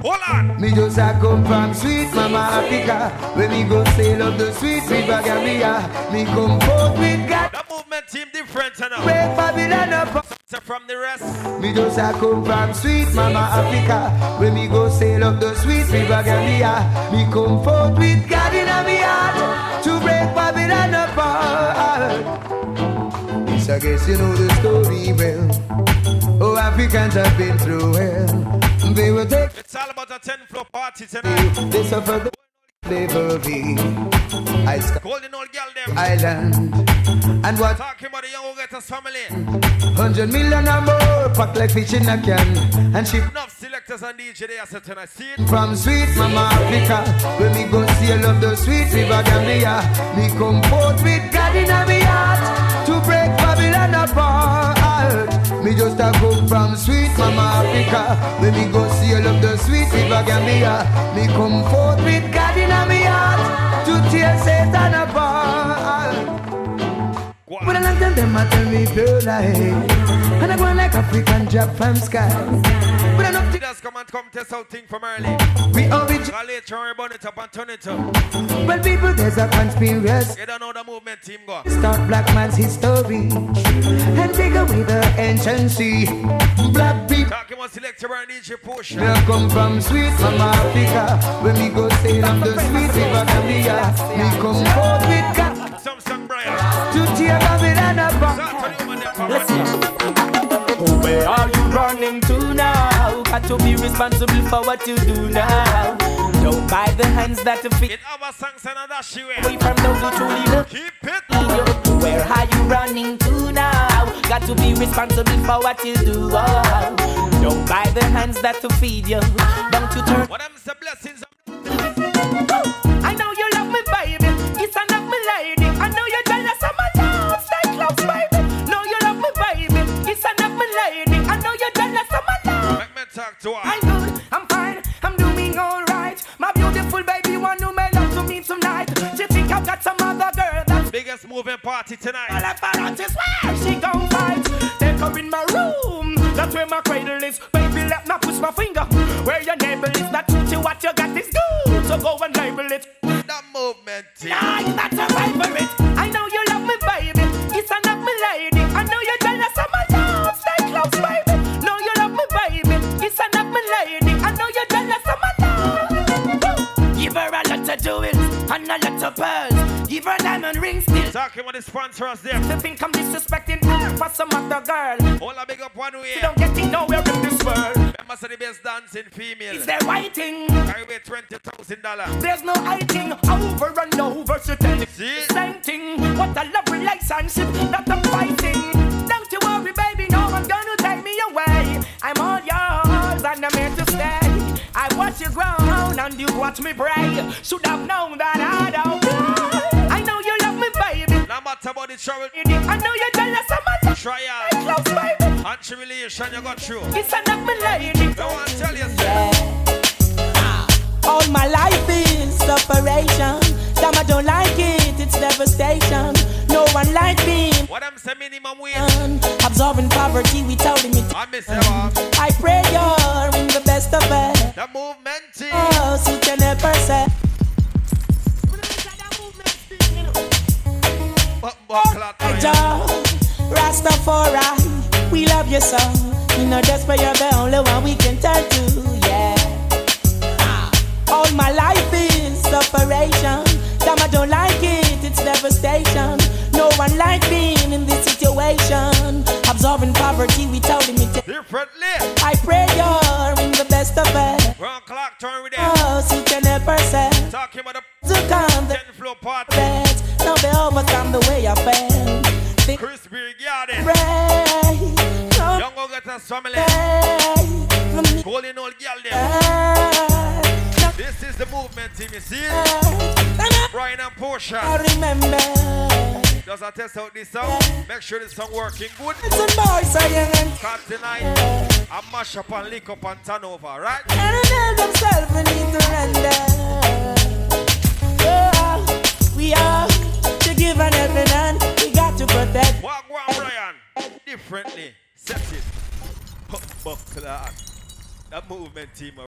S27: Hold
S1: on.
S27: Me just a come from sweet Mama Africa. When me go sail up the sweet river Gambia, me come forth with God.
S1: That movement team different enough.
S27: Break Babylon up.
S1: So from the rest,
S27: Me just a come from sweet Mama Africa. When me go sail up the sweet river Gambia, me come forth with God in a me heart to break Babylon apart.
S3: Yes, I guess you know the story well. Oh, Africans have been through hell. They were taken,
S1: it's all about a 10 floor party tonight.
S3: they suffered the slavery. I sc-
S1: Golden old girl them.
S3: island. And what
S1: Talking about the young Ugatas family.
S3: hundred million and more packed like fish in a can. And she
S1: Enough selectors and DJ they are set tonight. See it?
S3: from sweet Mama Africa. When me go see love the sweet river Gambia, me come forth with God in a me heart to break Babylon apart. Jamaica. When me go sail up the sweet river Gambia, me come forth with God in a me heart to tear Satan apart. But a long time them a tell me blue light, and I go on like African job from sky. But enough
S1: Let us come and come test out thing from early.
S3: We always
S1: Now later on, burn it up and turn it up.
S3: well people there's a conspiracy.
S1: You don't know the movement team go.
S3: Start black man's history and take away the anciency. Black people.
S1: Talking about selector and DJ Portion.
S3: Me I come from sweet from Africa When me go sail on the sweet river Gambia Me come forth with God To tear Babylon apart
S4: Where are you running to now? Got to be responsible for what you do now. Don't buy the hands that feed. Away from those who truly love. Keep it. Where are you running to now? Got to be responsible for what you do. Oh, Don't buy the hands that to feed you. Don't you turn. What am the blessings? I know you love me, baby. It's enough, my lady. I know you're jealous of my love. Stay close, baby. No, you love me, baby. It's enough, my lady. I know you're jealous of my love.
S1: Let me talk to her.
S4: I'm good, I'm fine, I'm doing alright. My beautiful baby, one who made love to me tonight. She think I've got some other girl that's
S1: Biggest moving party tonight.
S4: all I found out is where she gon' fight. Take her in my room, that's where my cradle is. Baby, let me push my finger. Where your neighbor is, that you what you got is good. So go and label it.
S1: That movement.
S4: Nah, that's a favorite. I know you love me, baby. It's enough, my lady. I know you're jealous of my love. Stay close, baby. No, you love me, baby. It's enough, my lady. I know you're jealous of my love. Give her a lot of jewels and a lot of pearls. Give her diamond rings still.
S1: Talking with the sponsors there.
S4: They think I'm disrespecting her for some other girl.
S1: All I big up one way.
S4: Don't get it nowhere in this world.
S1: Members of the best dancing female.
S4: Is there waiting?
S1: Carry away twenty thousand dollar.
S4: There's no hiding over and over. She tell the same thing. What a love relationship that I'm fighting. Don't you worry, baby. No one's gonna take me away. I'm all yours and I'm here to stay. I watch you grow and you watch me break. Should have known that I don't play. I know you love me, baby.
S1: No matter about the trouble.
S4: I know you're jealous of my love.
S1: Try out.
S4: Close, baby.
S1: Anti relation you got through.
S4: It's enough, my lady.
S1: Go on, tell yourself.
S12: All my life is separation. Some I don't like it, it's devastation. No one like me.
S1: What I'm saying, minimum wage.
S12: Absorbing poverty without limit.
S1: I miss you.
S12: I pray you're in the best of it.
S1: The movement team.
S12: Oh, so can never say. I do. Rastafari, we love you so. You know that's why you're the only one we can turn to, yeah. All my life is separation. Some I don't like it, it's devastation. No one like being in this situation. Absorbing poverty without limitation.
S1: Differently.
S12: I pray you're in the best of it.
S1: Wrong clock, turn with them.
S12: Oh, so you can never say.
S1: Talking about the
S12: To come the
S1: flow part.
S12: best. Now they overcome the way I felt. Think
S1: Chris Brigade.
S12: Pray. No
S1: Young go get us family. Golden old girl
S12: there.
S1: This is the movement team, you see it? Brian and Portia.
S12: I remember.
S1: Does I test out this song? Make sure this song working good.
S12: It's a noise, I am.
S1: Cause tonight, I mash up and lick up and turn over, right?
S12: And tell themselves we need to render. Oh, we are to give an every man. We got to protect.
S1: Walk one, Brian. Differently. Set it. Buck, buck, clap. That movement team,